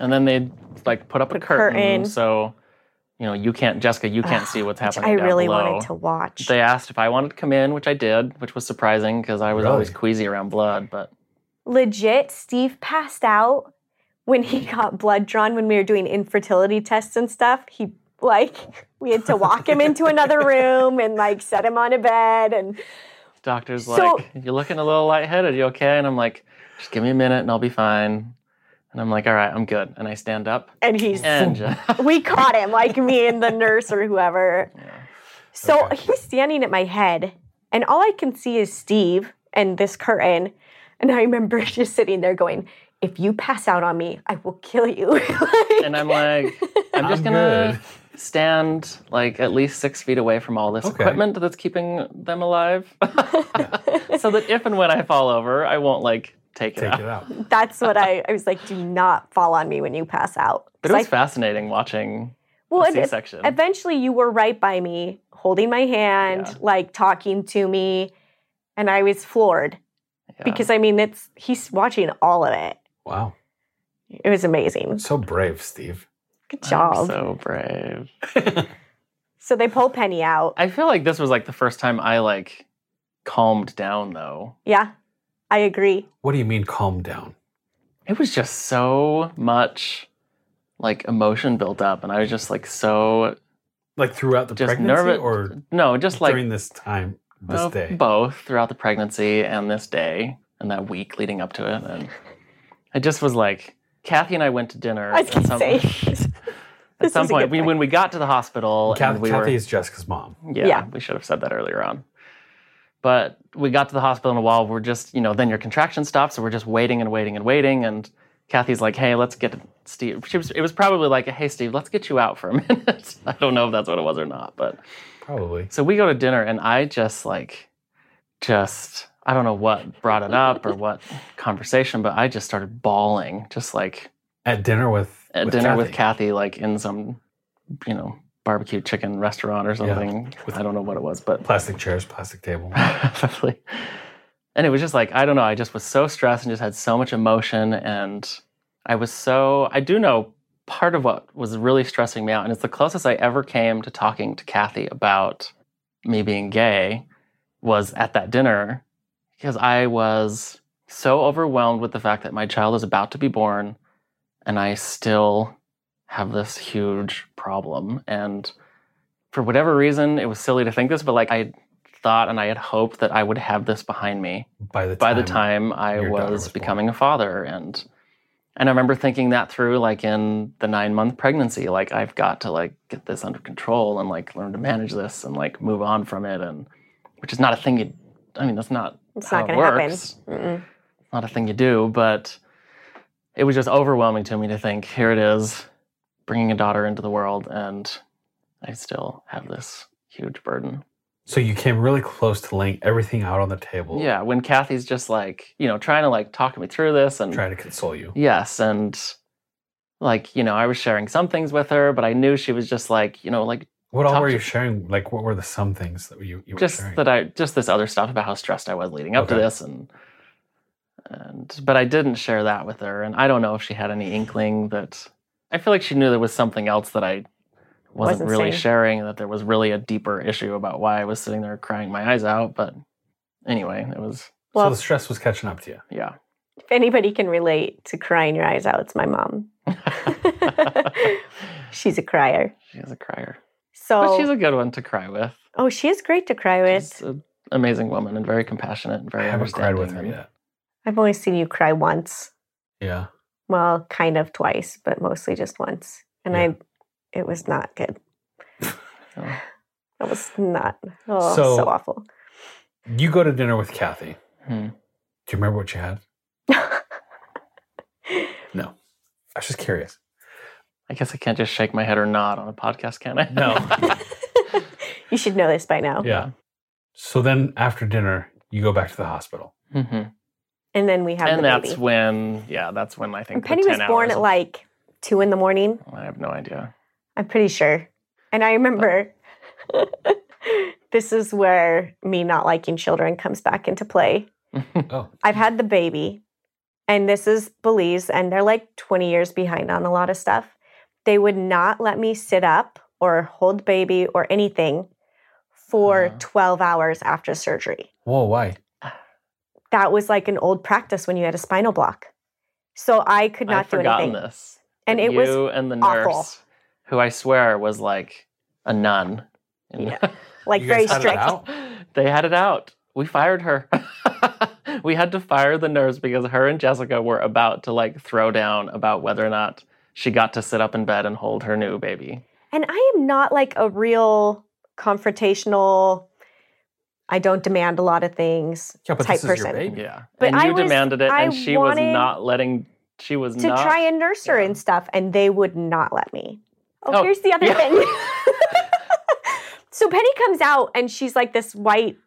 S1: and then they like put up a
S3: Put a
S1: curtain,
S3: curtain.
S1: so you know you can't, Jessica, you can't
S3: Ugh,
S1: see what's
S3: [sighs] Which
S1: happening.
S3: I
S1: down
S3: really
S1: below.
S3: wanted to watch.
S1: They asked if I wanted to come in, which I did, which was surprising because I was always
S2: Really?
S1: queasy around blood. But
S3: legit steve passed out when he got blood drawn when we were doing infertility tests and stuff he like we had to walk him into another room and like set him on a bed and
S1: doctor's
S3: So-
S1: like, "You're looking a little lightheaded. You okay?" And I'm like, "Just give me a minute, and I'll be fine." And I'm like, "All right, I'm good." And I stand up,
S3: and he's
S2: [laughs]
S1: and ju-
S3: we caught him like me and the nurse or whoever so
S2: Okay.
S3: he's standing at my head and all i can see is steve and this curtain and i remember [laughs] just sitting there going if you pass out on me i will kill you [laughs] Like-
S1: and I'm like, I'm just
S2: I'm
S1: gonna stand like at least six feet away from all this
S2: Okay.
S1: equipment that's keeping them alive, [laughs] so that if and when I fall over, I won't like take it
S2: Take
S1: out.
S2: it out.
S3: That's what I, I was like, do not fall on me when you pass out.
S1: But
S3: So
S1: it
S3: I-
S1: was fascinating watching
S3: well,
S1: the
S3: and it-
S1: C-section.
S3: eventually you were right by me, holding my hand,
S1: Yeah.
S3: like talking to me. And I was floored
S1: Yeah.
S3: because I mean, it's he's watching all of it.
S2: Wow.
S3: It was amazing.
S2: So brave, Steve.
S3: Good
S1: I'm
S3: job. So.
S1: so brave.
S3: they pull Penny out.
S1: I feel like this was like the first time I like calmed down though.
S3: Yeah, I agree.
S2: What do you mean calm down?
S1: It was just so much like emotion built up and I was just like so
S2: Like throughout the
S1: just
S2: pregnancy
S1: nervous
S2: or
S1: no, just like
S2: during this time, this
S1: Well,
S2: day?
S1: Both throughout the pregnancy and this day and that week leading up to it. And I just was like, Kathy and I went to dinner.
S3: I was
S1: at
S3: gonna
S1: some,
S3: say, [laughs]
S1: at
S3: this
S1: some
S3: is a
S1: point,
S3: good
S1: we,
S3: point.
S1: when we got to the hospital,
S2: Kath-
S1: and we
S2: Kathy
S1: were,
S2: is Jessica's mom.
S1: yeah,
S3: Yeah.
S1: we should have said that earlier on. But we got to the hospital in a while. We're just, you know, then your contraction stops. So we're just waiting and waiting and waiting. And Kathy's like, hey, let's get Steve. She was, it was probably like, hey, Steve, let's get you out for a [laughs] minute. I don't know if that's what it was or not, but
S2: Probably.
S1: so we go to dinner, and I just like, just I don't know what brought it up or what conversation, but I just started bawling, just like
S2: At dinner with
S1: at dinner with Kathy, like in some, you know, barbecue chicken restaurant or something. I don't know what it was, but
S2: Plastic chairs,
S1: [laughs]
S2: plastic table.
S1: probably. And it was just like I don't know. I just was so stressed and just had so much emotion, and I was so I do know part of what was really stressing me out, and it's the closest I ever came to talking to Kathy about me being gay was at that dinner. because I was so overwhelmed with the fact that my child is about to be born and I still have this huge problem. And for whatever reason, it was silly to think this, but like I thought and I had hoped that I would have this behind me
S2: by the
S1: by
S2: time,
S1: the time I
S2: your
S1: was,
S2: daughter was born.
S1: becoming a father and and I remember thinking that through like in the 9 month pregnancy like I've got to like get this under control and like learn to manage this and like move on from it and which is not a thing you I mean that's not
S3: It's
S1: how
S3: not
S1: it
S3: going to happen.
S1: works
S3: Mm-mm.
S1: not a thing you do, but it was just overwhelming to me to think here it is, bringing a daughter into the world, and I still have this huge burden.
S2: So you came really close to laying everything out on the table.
S1: Yeah, when Kathy's just like, you know, trying to like talk me through this and
S2: Trying to console you.
S1: yes, and like, you know, I was sharing some things with her, but I knew she was just like, you know, like
S2: What all
S1: Talk
S2: were
S1: to-
S2: you sharing? Like, what were the some things that you, you were
S1: just
S2: sharing?
S1: that I just this other stuff about how stressed I was leading up to
S2: Okay.
S1: this and and but I didn't share that with her and I don't know if she had any inkling that I feel like she knew there was something else that I wasn't,
S3: Wasn't
S1: really
S3: saying.
S1: sharing that there was really a deeper issue about why I was sitting there crying my eyes out but anyway it was
S2: so
S3: Well,
S2: the stress was catching up to you.
S1: yeah [laughs]
S3: if anybody can relate to crying your eyes out, it's my mom. She's a crier.
S1: she's a crier
S3: So,
S1: but she's a good one to cry with
S3: oh, she is great to Oh. cry
S1: she's
S3: with.
S1: an amazing woman and very compassionate and
S2: I
S1: very
S2: haven't cried
S1: understanding
S2: with her
S1: and-
S2: yet.
S3: I've only seen you cry once.
S2: Yeah.
S3: Well, kind of twice, but mostly just once. And
S2: Yeah.
S3: I, it was not good.
S1: Oh.
S3: That was not, oh,
S2: So-
S3: so, awful. [laughs]
S2: You go to dinner with Kathy.
S1: Hmm.
S2: Do you remember what you had? No. I was just curious.
S1: I guess I can't just shake my head or nod on a podcast can I [laughs]
S2: No.
S3: you should know this by now.
S2: yeah. So then after dinner, you go back to the hospital.
S1: hmm
S3: And then we have
S1: and
S3: the
S1: that's
S3: baby.
S1: when yeah that's when i think
S3: And
S1: the
S3: Penny was
S1: 10
S3: born
S1: hours
S3: at
S1: of-
S3: like two in the morning.
S1: i have no idea [laughs]
S3: I'm pretty sure. And I remember [laughs] this is where me not liking children comes back into play.
S2: Oh.
S3: I've had the baby, and this is Belize, and they're like 20 years behind on a lot of stuff. They would not let me sit up or hold baby or anything for
S1: Uh-huh.
S3: 12 hours after surgery.
S2: Whoa, why?
S3: That was like an old practice when you had a spinal block. So I could
S1: i've
S3: not do
S1: forgotten
S3: anything.
S1: this
S3: And
S1: That
S3: it was
S1: you and the
S3: awful.
S1: nurse who i swear was like a nun And- [laughs]
S3: Yeah. like
S2: You guys
S3: very
S2: had it
S3: strict.
S2: out?
S1: they had it out we fired her [laughs] we had to fire the nurse because her and jessica were about to like throw down about whether or not she got to sit up in bed and hold her new baby
S3: And I am not like a real confrontational, I don't demand a lot of things
S2: Yeah, but
S3: type
S2: this is your
S3: person.
S2: baby.
S1: yeah
S3: But
S1: and
S3: I
S1: you
S3: was-
S1: demanded it
S3: I
S1: and she
S3: wanted
S1: was not letting she was
S3: to
S1: not
S3: try and nurse her
S1: yeah.
S3: and stuff, and they would not let me. Oh,
S1: Oh,
S3: here's the other
S1: yeah. [laughs]
S3: thing. [laughs] so Penny comes out and she's like this white,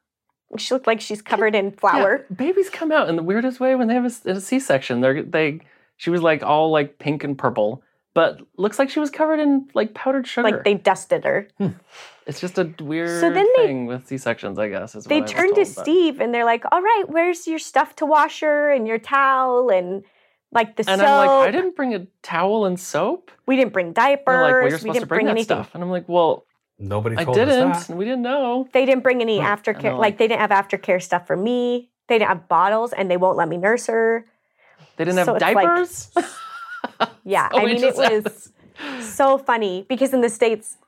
S3: she looked like she's covered in flour.
S1: Yeah, babies come out in the weirdest way when they have a s- a C-section. They're they she was like all like pink and purple, but looks like she was covered in like powdered sugar.
S3: Like they dusted her.
S1: it's just a weird
S3: So then they-
S1: thing with C-sections, I guess. Is what
S3: They
S1: I was
S3: turned to
S1: told, but-
S3: Steve and they're like, all right, where's your stuff to washer and your towel and like the
S1: And
S3: soap?
S1: I'm like, I didn't bring a towel and soap.
S3: we didn't bring
S1: And
S3: diapers.
S1: they're like, well, you're
S3: we
S1: supposed to
S3: didn't
S1: bring,
S3: bring
S1: that
S3: anything.
S1: stuff. And I'm like, well,
S2: Nobody
S1: I
S2: told us
S1: didn't.
S2: that.
S1: And we didn't know.
S3: They didn't bring any
S2: Hmm.
S1: And they're
S3: aftercare. Like,
S1: like-
S3: they didn't have aftercare stuff for me. They didn't have bottles, and they won't let me nurse her.
S1: They didn't have
S3: So it's like-
S1: diapers.
S3: [laughs] Yeah,
S1: Oh,
S3: I
S1: we
S3: mean it
S1: just had
S3: was so funny because in the states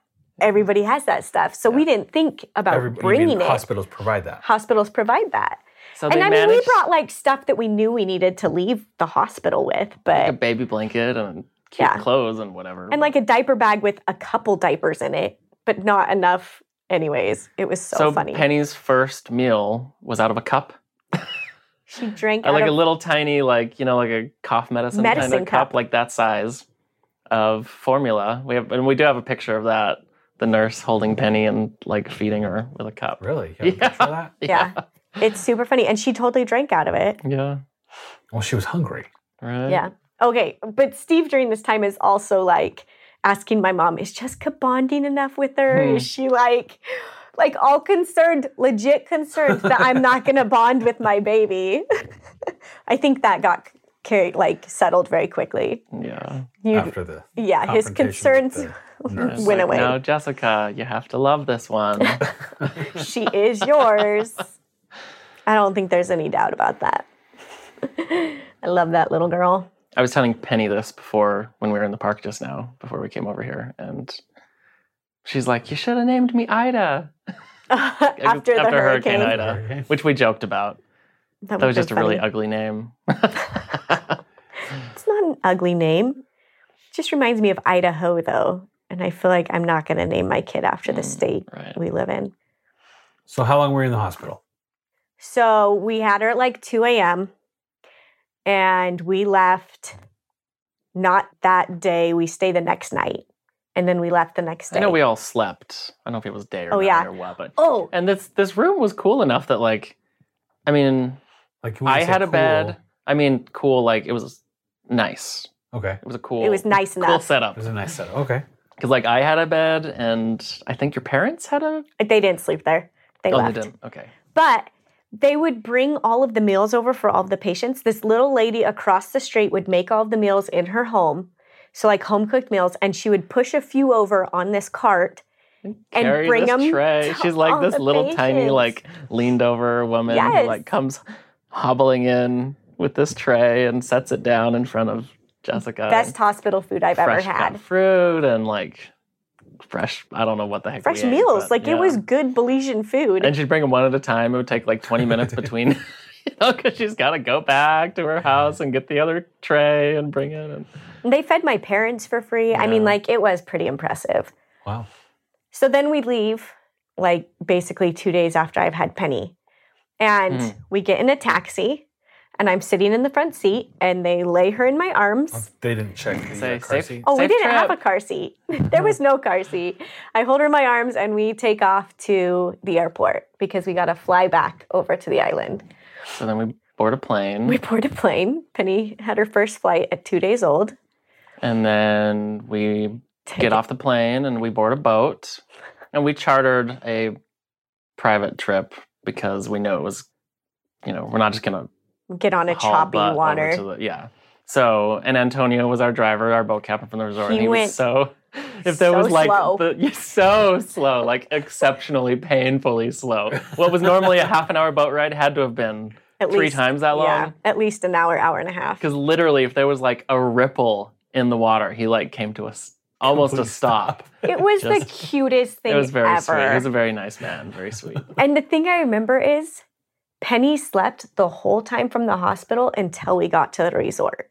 S3: everybody has that stuff, so we didn't think about
S2: Everybody you mean
S3: bringing it.
S2: hospitals provide that.
S3: Hospitals provide that,
S1: so Oh, they
S3: and I mean
S1: managed
S3: we brought like stuff that we knew we needed to leave the hospital with,
S1: like,
S3: but
S1: a baby blanket and cute
S3: Yeah.
S1: clothes and whatever.
S3: and like a diaper bag with a couple diapers in it, but not enough. Anyways, it was so,
S1: so
S3: funny.
S1: Penny's first meal was out of a cup.
S3: she drank
S1: I
S3: out
S1: like a
S3: of
S1: little tiny, like you know, like a cough medicine, kind
S3: Medicine
S1: of cup,
S3: cup.
S1: like that size of formula. We have, and we do have a picture of that. The nurse holding Penny and like feeding her with a cup.
S2: Really? You have a
S1: Yeah.
S2: picture of that?
S3: yeah. It's super funny, and she totally drank out of it.
S1: [laughs] yeah,
S2: Well, she was hungry.
S1: right.
S3: Yeah. Okay. But Steve during this time is also like asking my mom, is Jessica bonding enough with her?
S1: Hmm.
S3: Is she like, like all concerned, legit concerned that I'm not going to bond with my baby? [laughs] I think that got carried, like settled very quickly.
S1: yeah.
S3: You,
S2: after the
S3: yeah. His
S2: confrontation
S3: concerns, [laughs]
S2: with the
S1: It's
S2: nurse.
S3: Went away.
S1: No,
S3: [laughs]
S1: Jessica, you have to love this one.
S3: she is yours. I don't think there's any doubt about that. [laughs] I love that little girl. [laughs]
S1: I was telling Penny this before when we were in the park just now, before we came over here, and she's like, "You should have named me Ida
S3: after, the hurricane.
S1: Ida," which we joked about.
S3: That,
S1: That was
S3: would've
S1: just a
S3: been
S1: really
S3: funny.
S1: ugly name.
S3: It's not an ugly name. It just reminds me of Idaho, though. And I feel like I'm not going to name my kid after
S1: [laughs]
S3: the
S1: Mm.
S3: state
S1: right.
S3: we live in.
S2: So how long were you in the hospital?
S3: So we had her at like 2 a.m. and we left not that day. We stay the next night. And then we left the next day.
S1: I know we all slept. I don't know if it was day or
S3: Oh,
S1: night
S3: yeah.
S1: or what, but
S3: oh,
S1: and this this room was cool enough that like, I mean,
S2: Like you
S1: I
S2: wouldn't say
S1: had a
S2: cool.
S1: bed. I mean, cool. Like it was nice.
S2: Okay,
S1: It was a cool.
S3: it was nice
S1: cool
S3: enough.
S2: it
S1: setup.
S2: was a nice setup. Okay,
S1: Because like I had a bed, and I think your parents had a.
S3: They didn't sleep there. They
S1: oh,
S3: left.
S1: they didn't. Okay.
S3: But they would bring all of the meals over for all of the patients. This little lady across the street would make all of the meals in her home. So like home cooked meals, and she would push a few over on this cart. And
S1: Carry
S3: bring
S1: this
S3: 'em
S1: tray.
S3: to
S1: She's like
S3: all
S1: this
S3: the
S1: little tiny
S3: patients.
S1: like leaned over woman who
S3: Yes.
S1: like comes hobbling in with this tray and sets it down in front of Jessica.
S3: Best hospital food I've ever
S1: Uh, fresh
S3: had.
S1: cut fruit and like fresh. I don't know what the heck.
S3: Fresh
S1: we ate,
S3: meals,
S1: but,
S3: like
S1: yeah.
S3: it was good Belizean food.
S1: And she'd bring them one at a time. It would take like 20 minutes between, [laughs] you know, because she's got to go back to her house and get the other tray and bring it. And
S3: They fed my parents for free. I mean,
S1: Yeah.
S3: like it was pretty impressive.
S2: wow.
S3: So then we leave, like basically two days after I've had Penny. And
S1: Mhm.
S3: we get in a taxi, and I'm sitting in the front seat, and they lay her in my arms.
S2: They didn't check the
S1: Say,
S2: uh, car
S1: safe-
S2: seat.
S3: Oh, we
S1: Safe
S3: didn't have a
S1: trip. [laughs]
S3: car seat. [laughs] There was no car seat. I hold her in my arms and we take off to the airport because we got to fly back over to the island.
S1: so then we board a plane.
S3: We board a plane. Penny had her first flight at two days old.
S1: and then we
S3: Take
S1: get
S3: it-
S1: off the plane and we board a boat. And we chartered a private trip because we knew it was, you know, we're not just going to
S3: Get on a
S1: haul
S3: choppy
S1: butt over
S3: water.
S1: to the- yeah. So, and Antonio was our driver, our boat captain from the resort.
S3: He
S1: and he
S3: went
S1: was so, [laughs] if there
S3: so
S1: was like,
S3: slow.
S1: The, [laughs] yeah, so slow, like exceptionally painfully slow. What was normally a half an hour boat ride had to have been
S3: at
S1: three
S3: least,
S1: times that
S3: Yeah,
S1: long.
S3: at least an hour, hour and a
S1: [laughs]
S3: half.
S1: Because literally, if there was like a ripple in the water, he like came to us almost a
S2: Complete
S1: stop.
S3: It was the
S1: Just-
S3: cutest thing
S1: It was very
S3: ever.
S1: sweet. He was a very nice man, very
S3: [laughs]
S1: sweet.
S3: And the thing I remember is Penny slept the whole time from the hospital until we got to the resort.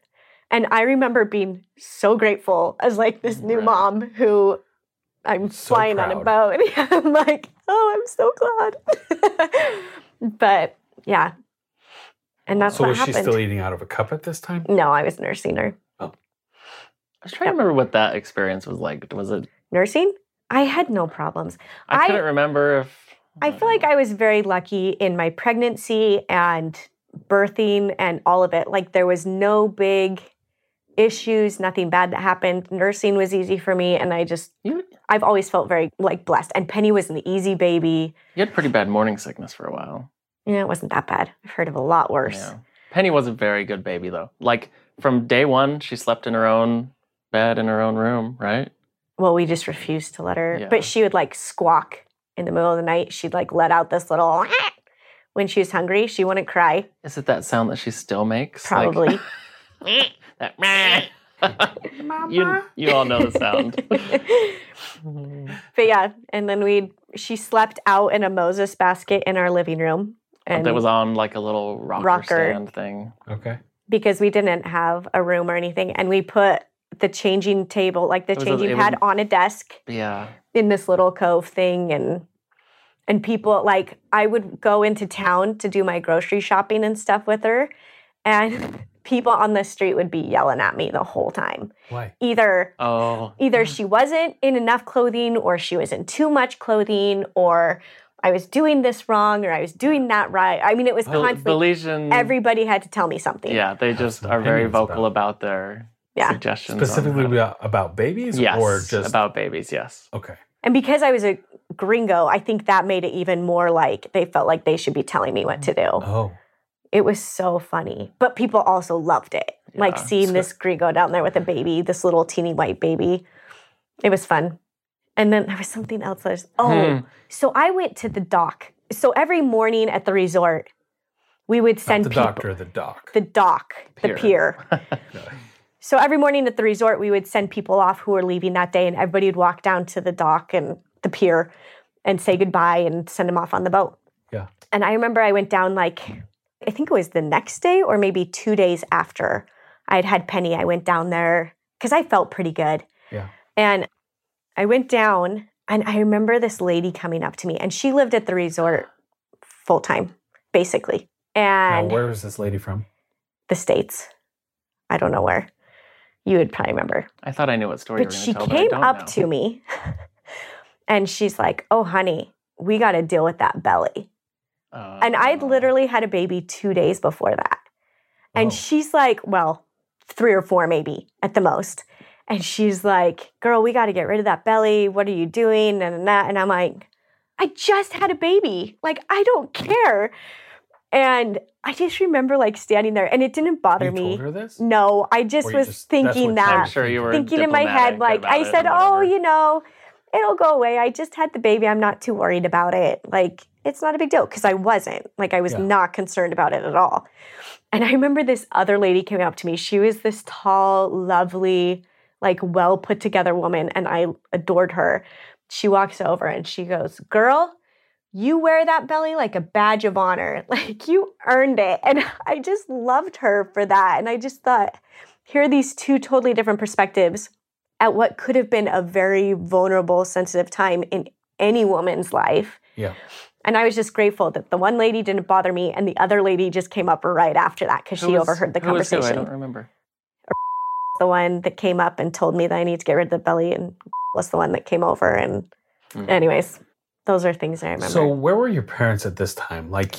S3: And I remember being so grateful as like this new
S1: Right.
S3: mom who I'm
S2: So
S3: flying on a boat. [laughs] And I'm like, oh, I'm so glad. [laughs] but yeah. And that's
S2: So
S3: what
S2: was
S3: happened.
S2: she still eating out of a cup at this time?
S3: no, I was nursing her.
S1: I was trying to remember what that experience was like. Was it?
S3: Nursing? I had no problems.
S1: I,
S3: I-
S1: couldn't remember if.
S3: I feel like I was very lucky in my pregnancy and birthing and all of it. Like there was no big issues, nothing bad that happened. Nursing was easy for me and I just
S1: You-
S3: I've always felt very like blessed. And Penny was an easy baby.
S1: you had pretty bad morning sickness for a while.
S3: Yeah, it wasn't that bad. I've heard of a lot worse.
S1: Yeah. Penny was a very good baby though. Like from day one, she slept in her own bed in her own room, right?
S3: Well, we just refused to let her.
S1: Yeah.
S3: But she would like squawk in the middle of the night. She'd like let out this little [laughs] when she was hungry. She wouldn't cry,
S1: Is it that sound that she still makes? Like,
S3: probably.
S1: [laughs] that meh. [laughs] you, you all know the sound.
S3: [laughs] But yeah, and then we she slept out in a Moses basket in our living room, and
S1: that was on like a little rocker,
S3: Rocker.
S1: stand thing.
S2: Okay.
S3: because we didn't have a room or anything, and we put the changing table, like the
S1: It was a-
S3: changing
S1: it was-
S3: pad, on a desk
S1: Yeah.
S3: in this little cove thing, and and people like I would go into town to do my grocery shopping and stuff with her, and [laughs] people on the street would be yelling at me the whole time,
S2: Why?
S3: either
S1: Oh.
S3: either she wasn't in enough clothing or she was in too much clothing or I was doing this wrong or I was doing that right. I mean, it was
S1: Bel-
S3: constantly
S1: Belizean.
S3: everybody had to tell me something.
S1: yeah, they just
S2: some
S1: are very
S2: opinions
S1: vocal about,
S2: about-
S1: their
S3: Yeah.
S1: suggestions. on
S2: Specifically
S1: how-
S2: about, about babies
S1: yes,
S2: or just
S1: about babies, yes.
S2: okay?
S3: And because I was a gringo, I think that made it even more like they felt like they should be telling me what to
S1: Mm.
S3: do.
S2: Oh,
S3: It was so funny. But people also loved it. Like
S1: Yeah.
S3: seeing
S2: So-
S3: this gringo down there with a baby, this little teeny white baby. It was fun. And then there was something else. I was, oh,
S1: Hmm.
S3: So I went to the dock. So every morning at the resort, We would
S2: Not
S3: send
S2: the
S3: people-
S2: doctor, the doc.
S3: the dock, the
S1: Pier.
S3: pier.
S2: [laughs]
S3: so every morning at the resort, we would send people off who were leaving that day, and everybody would walk down to the dock and the pier and say goodbye and send them off on the boat.
S2: Yeah.
S3: And I remember I went down like, I think it was the next day or maybe two days after I'd had Penny. I went down there because I felt pretty good.
S2: Yeah.
S3: And I went down and I remember this lady coming up to me, and she lived at the resort full time, basically.
S2: now,
S3: And
S2: where is this lady from?
S3: the states. I don't know where. You would probably remember.
S1: I thought I knew what story
S3: but
S1: you were
S3: she
S1: going to tell.
S3: came
S1: but I don't
S3: up
S1: now.
S3: to me [laughs] and she's like, "Oh honey, we got to deal with that belly."
S1: Uh,
S3: And I'd literally had a baby 2 days before that. And
S1: Oh.
S2: Whoa.
S3: she's like, "Well, 3 or 4 maybe at the most." And she's like, "Girl, we got to get rid of that belly. What are you doing?" and and that and I'm like, "I just had a baby. Like, I don't care." And I just remember like standing there and it didn't bother
S2: You
S3: me.
S2: told her this?
S3: No, I just
S2: Or you
S3: was
S2: just- that's
S3: thinking
S2: what you-
S1: I'm
S3: that,
S1: sure you were
S3: thinking in my head,
S1: diplomatic
S3: like
S1: about
S3: I
S1: it
S3: said,
S1: or
S3: oh,
S1: whatever."
S3: you know, it'll go away. I just had the baby. I'm not too worried about it. Like, it's not a big deal because I wasn't. Like, I was
S2: Yeah.
S3: not concerned about it at all. And I remember this other lady came up to me. She was this tall, lovely, like well put together woman, and I adored her. She walks over and she goes, Girl, you wear that belly like a badge of honor. [laughs] Like you earned it. And I just loved her for that. And I just thought, here are these two totally different perspectives at what could have been a very vulnerable, sensitive time in any woman's life.
S2: Yeah.
S3: And I was just grateful that the one lady didn't bother me and the other lady just came up right after that because
S1: Who
S3: she
S1: was-
S3: overheard the
S1: who was who? I
S3: conversation.
S1: don't remember.
S3: The one that came up and told me that I need to get rid of the belly and was the one that came over. And,
S1: Mm.
S3: anyways, those are things I remember.
S2: So, where were your parents at this time? Like,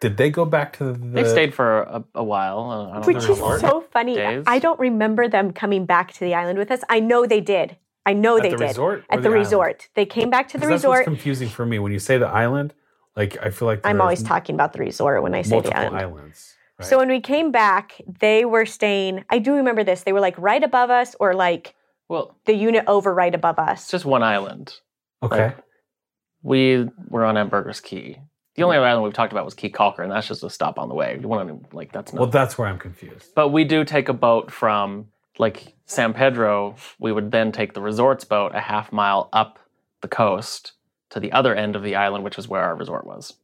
S2: did they go back to the?
S1: They stayed for a, a while. uh, I don't
S3: Which
S1: know
S2: the
S1: how
S3: is [laughs]
S1: long.
S3: so funny.
S1: days.
S3: I don't remember them coming back to the island with us. I know they did. I know
S2: at
S3: Oh, they
S2: the
S3: did.
S2: resort. or
S3: at the,
S2: island?
S3: resort. They came back to the
S2: 'Cause That's what's
S3: resort.
S2: confusing for me when you say the island. Like, I feel like
S3: I'm
S2: there's
S3: always talking about the resort when I say the
S2: multiple
S3: island.
S2: islands. right?
S3: So when we came back, they were staying. I do remember this. They were like right above us or like
S1: Well,
S3: the unit over right above us.
S1: it's just one island.
S2: okay,
S1: We were on Hamburger's Key. The only other island we've talked about was Key Calker, and that's just a stop on the way. You want to like that's not.
S2: well, that's where I'm confused.
S1: but we do take a boat from like San Pedro. We would then take the resort's boat a half mile up the coast to the other end of the island, which is where our resort was.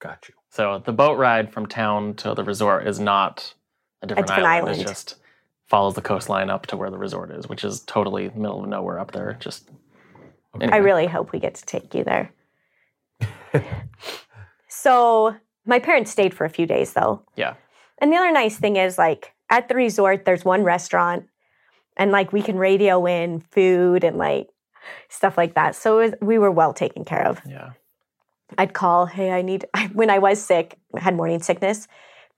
S2: Got you.
S1: So the boat ride from town to the resort is not a different,
S3: different
S1: island. It
S3: island.
S1: just follows the coastline up to where the resort is, which is totally middle of nowhere up there. Just
S2: Okay. [laughs]
S3: I really hope we get to take you there. so my parents stayed for a few days though.
S1: Yeah.
S3: And the other nice thing is like at the resort, there's one restaurant and like we can radio in food and like stuff like that. So it was, we were well taken care of.
S1: yeah.
S3: I'd call, hey, I need, [laughs] when I was sick, I had morning sickness,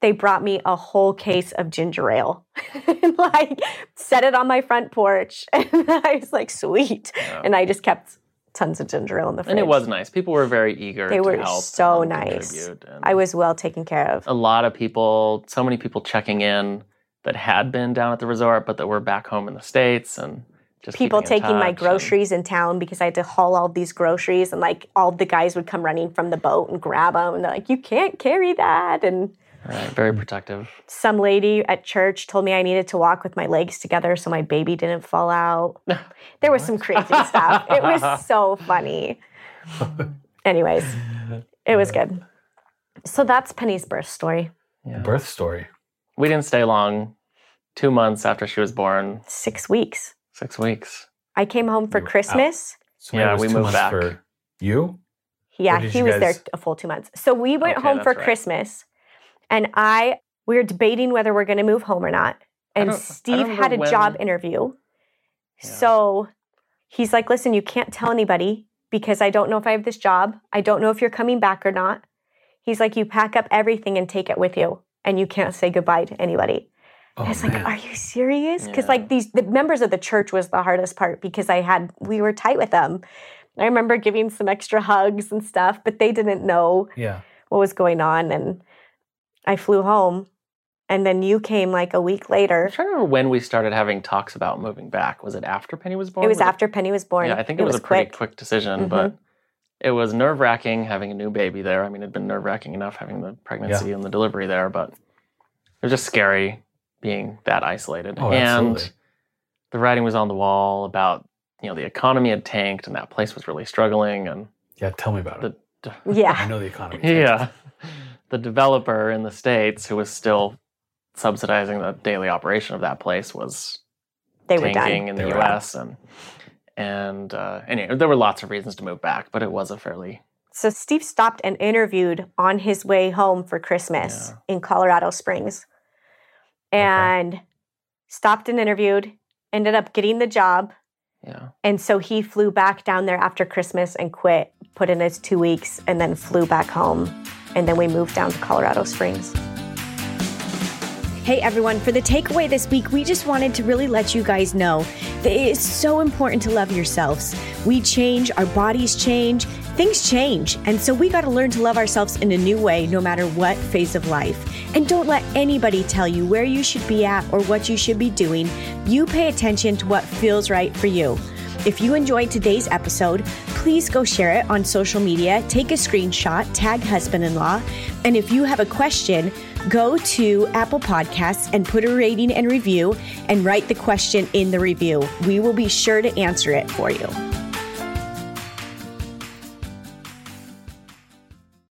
S3: they brought me a whole case of ginger ale [laughs] and like set it on my front porch. [laughs] And I was like, sweet.
S1: yeah.
S3: And I just kept tons of ginger ale in the fridge.
S1: and it was nice. People were very eager.
S3: They
S1: to
S3: were
S1: help
S3: so
S1: and
S3: nice.
S1: contribute, and
S3: I was well taken care of.
S1: a lot of people, so many people checking in that had been down at the resort, but that were back home in the states, and just
S3: People
S1: keeping in
S3: taking my
S1: touch,
S3: groceries in town because I had to haul all these groceries, and like all the guys would come running from the boat and grab them, and they're like, "You can't carry that." And
S1: And, right, very protective.
S3: some lady at church told me I needed to walk with my legs together so my baby didn't fall
S1: [laughs]
S3: out. There was some crazy stuff. It was so funny. Anyways, it was good. So that's Penny's birth story.
S1: Yeah.
S2: Birth story.
S1: We didn't stay long. Two months after she was born,
S3: Six weeks.
S1: six weeks.
S3: I came home for
S2: You were out.
S3: Christmas.
S2: So maybe
S1: Yeah,
S2: it was
S1: we
S2: two
S1: moved
S2: months
S1: back.
S2: For you?
S3: Yeah,
S2: Or did
S3: he
S2: you
S3: was there
S2: guys-
S3: a full two months. So we went
S1: Okay,
S3: home for
S1: that's right.
S3: Christmas, and I we were debating whether we're going to move home or not.
S1: I
S3: And
S1: don't- I don't
S3: Steve
S1: remember
S3: had a
S1: when-
S3: job interview,
S1: Yeah.
S3: so he's like, "Listen, you can't tell anybody because I don't know if I have this job. I don't know if you're coming back or not." He's like, "You pack up everything and take it with you, and you can't say goodbye to anybody."
S2: Oh
S3: I was
S2: man.
S3: like, "Are you serious?" Because
S1: Yeah.
S3: like these the members of the church was the hardest part because I had we were tight with them. I remember giving some extra hugs and stuff, but they didn't know
S2: yeah.
S3: what was going on, and I flew home, and then you came like a week later.
S1: I'm trying to remember when we started having talks about moving back. Was it after Penny was born?
S3: It was after Penny was born.
S1: Yeah, I think it, was, a pretty quick decision, but it was nerve wracking having a new baby there. I mean, it'd been nerve wracking enough having the pregnancy and the delivery there, but it was just scary being that isolated.
S2: Oh,
S1: and
S2: absolutely.
S1: the writing was on the wall about you know the economy had tanked and that place was really struggling and
S2: Yeah, tell me about it. I [laughs]
S3: Yeah.
S2: know the economy.
S1: yeah [laughs] the developer in the states who was still subsidizing the daily operation of that place was
S3: They were done.
S1: tanking in
S2: They
S1: the
S2: were done.
S1: U.S. and and uh, anyway, there were lots of reasons to move back, but it was a fairly
S3: So Steve stopped and interviewed on his way home for Christmas in Colorado Springs
S2: Okay.
S3: and stopped and interviewed, ended up getting the job.
S1: yeah
S3: And so he flew back down there after Christmas and quit, put in his two weeks, and then flew back home. And then we moved down to Colorado Springs.
S5: Hey everyone, for the takeaway this week, we just wanted to really let you guys know that it is so important to love yourselves. We change, our bodies change, things change. And so we got to learn to love ourselves in a new way, no matter what phase of life. And don't let anybody tell you where you should be at or what you should be doing. You pay attention to what feels right for you. If you enjoyed today's episode, please go share it on social media, take a screenshot, tag husband in law, and if you have a question, go to Apple Podcasts and put a rating and review and write the question in the review. We will be sure to answer it for you.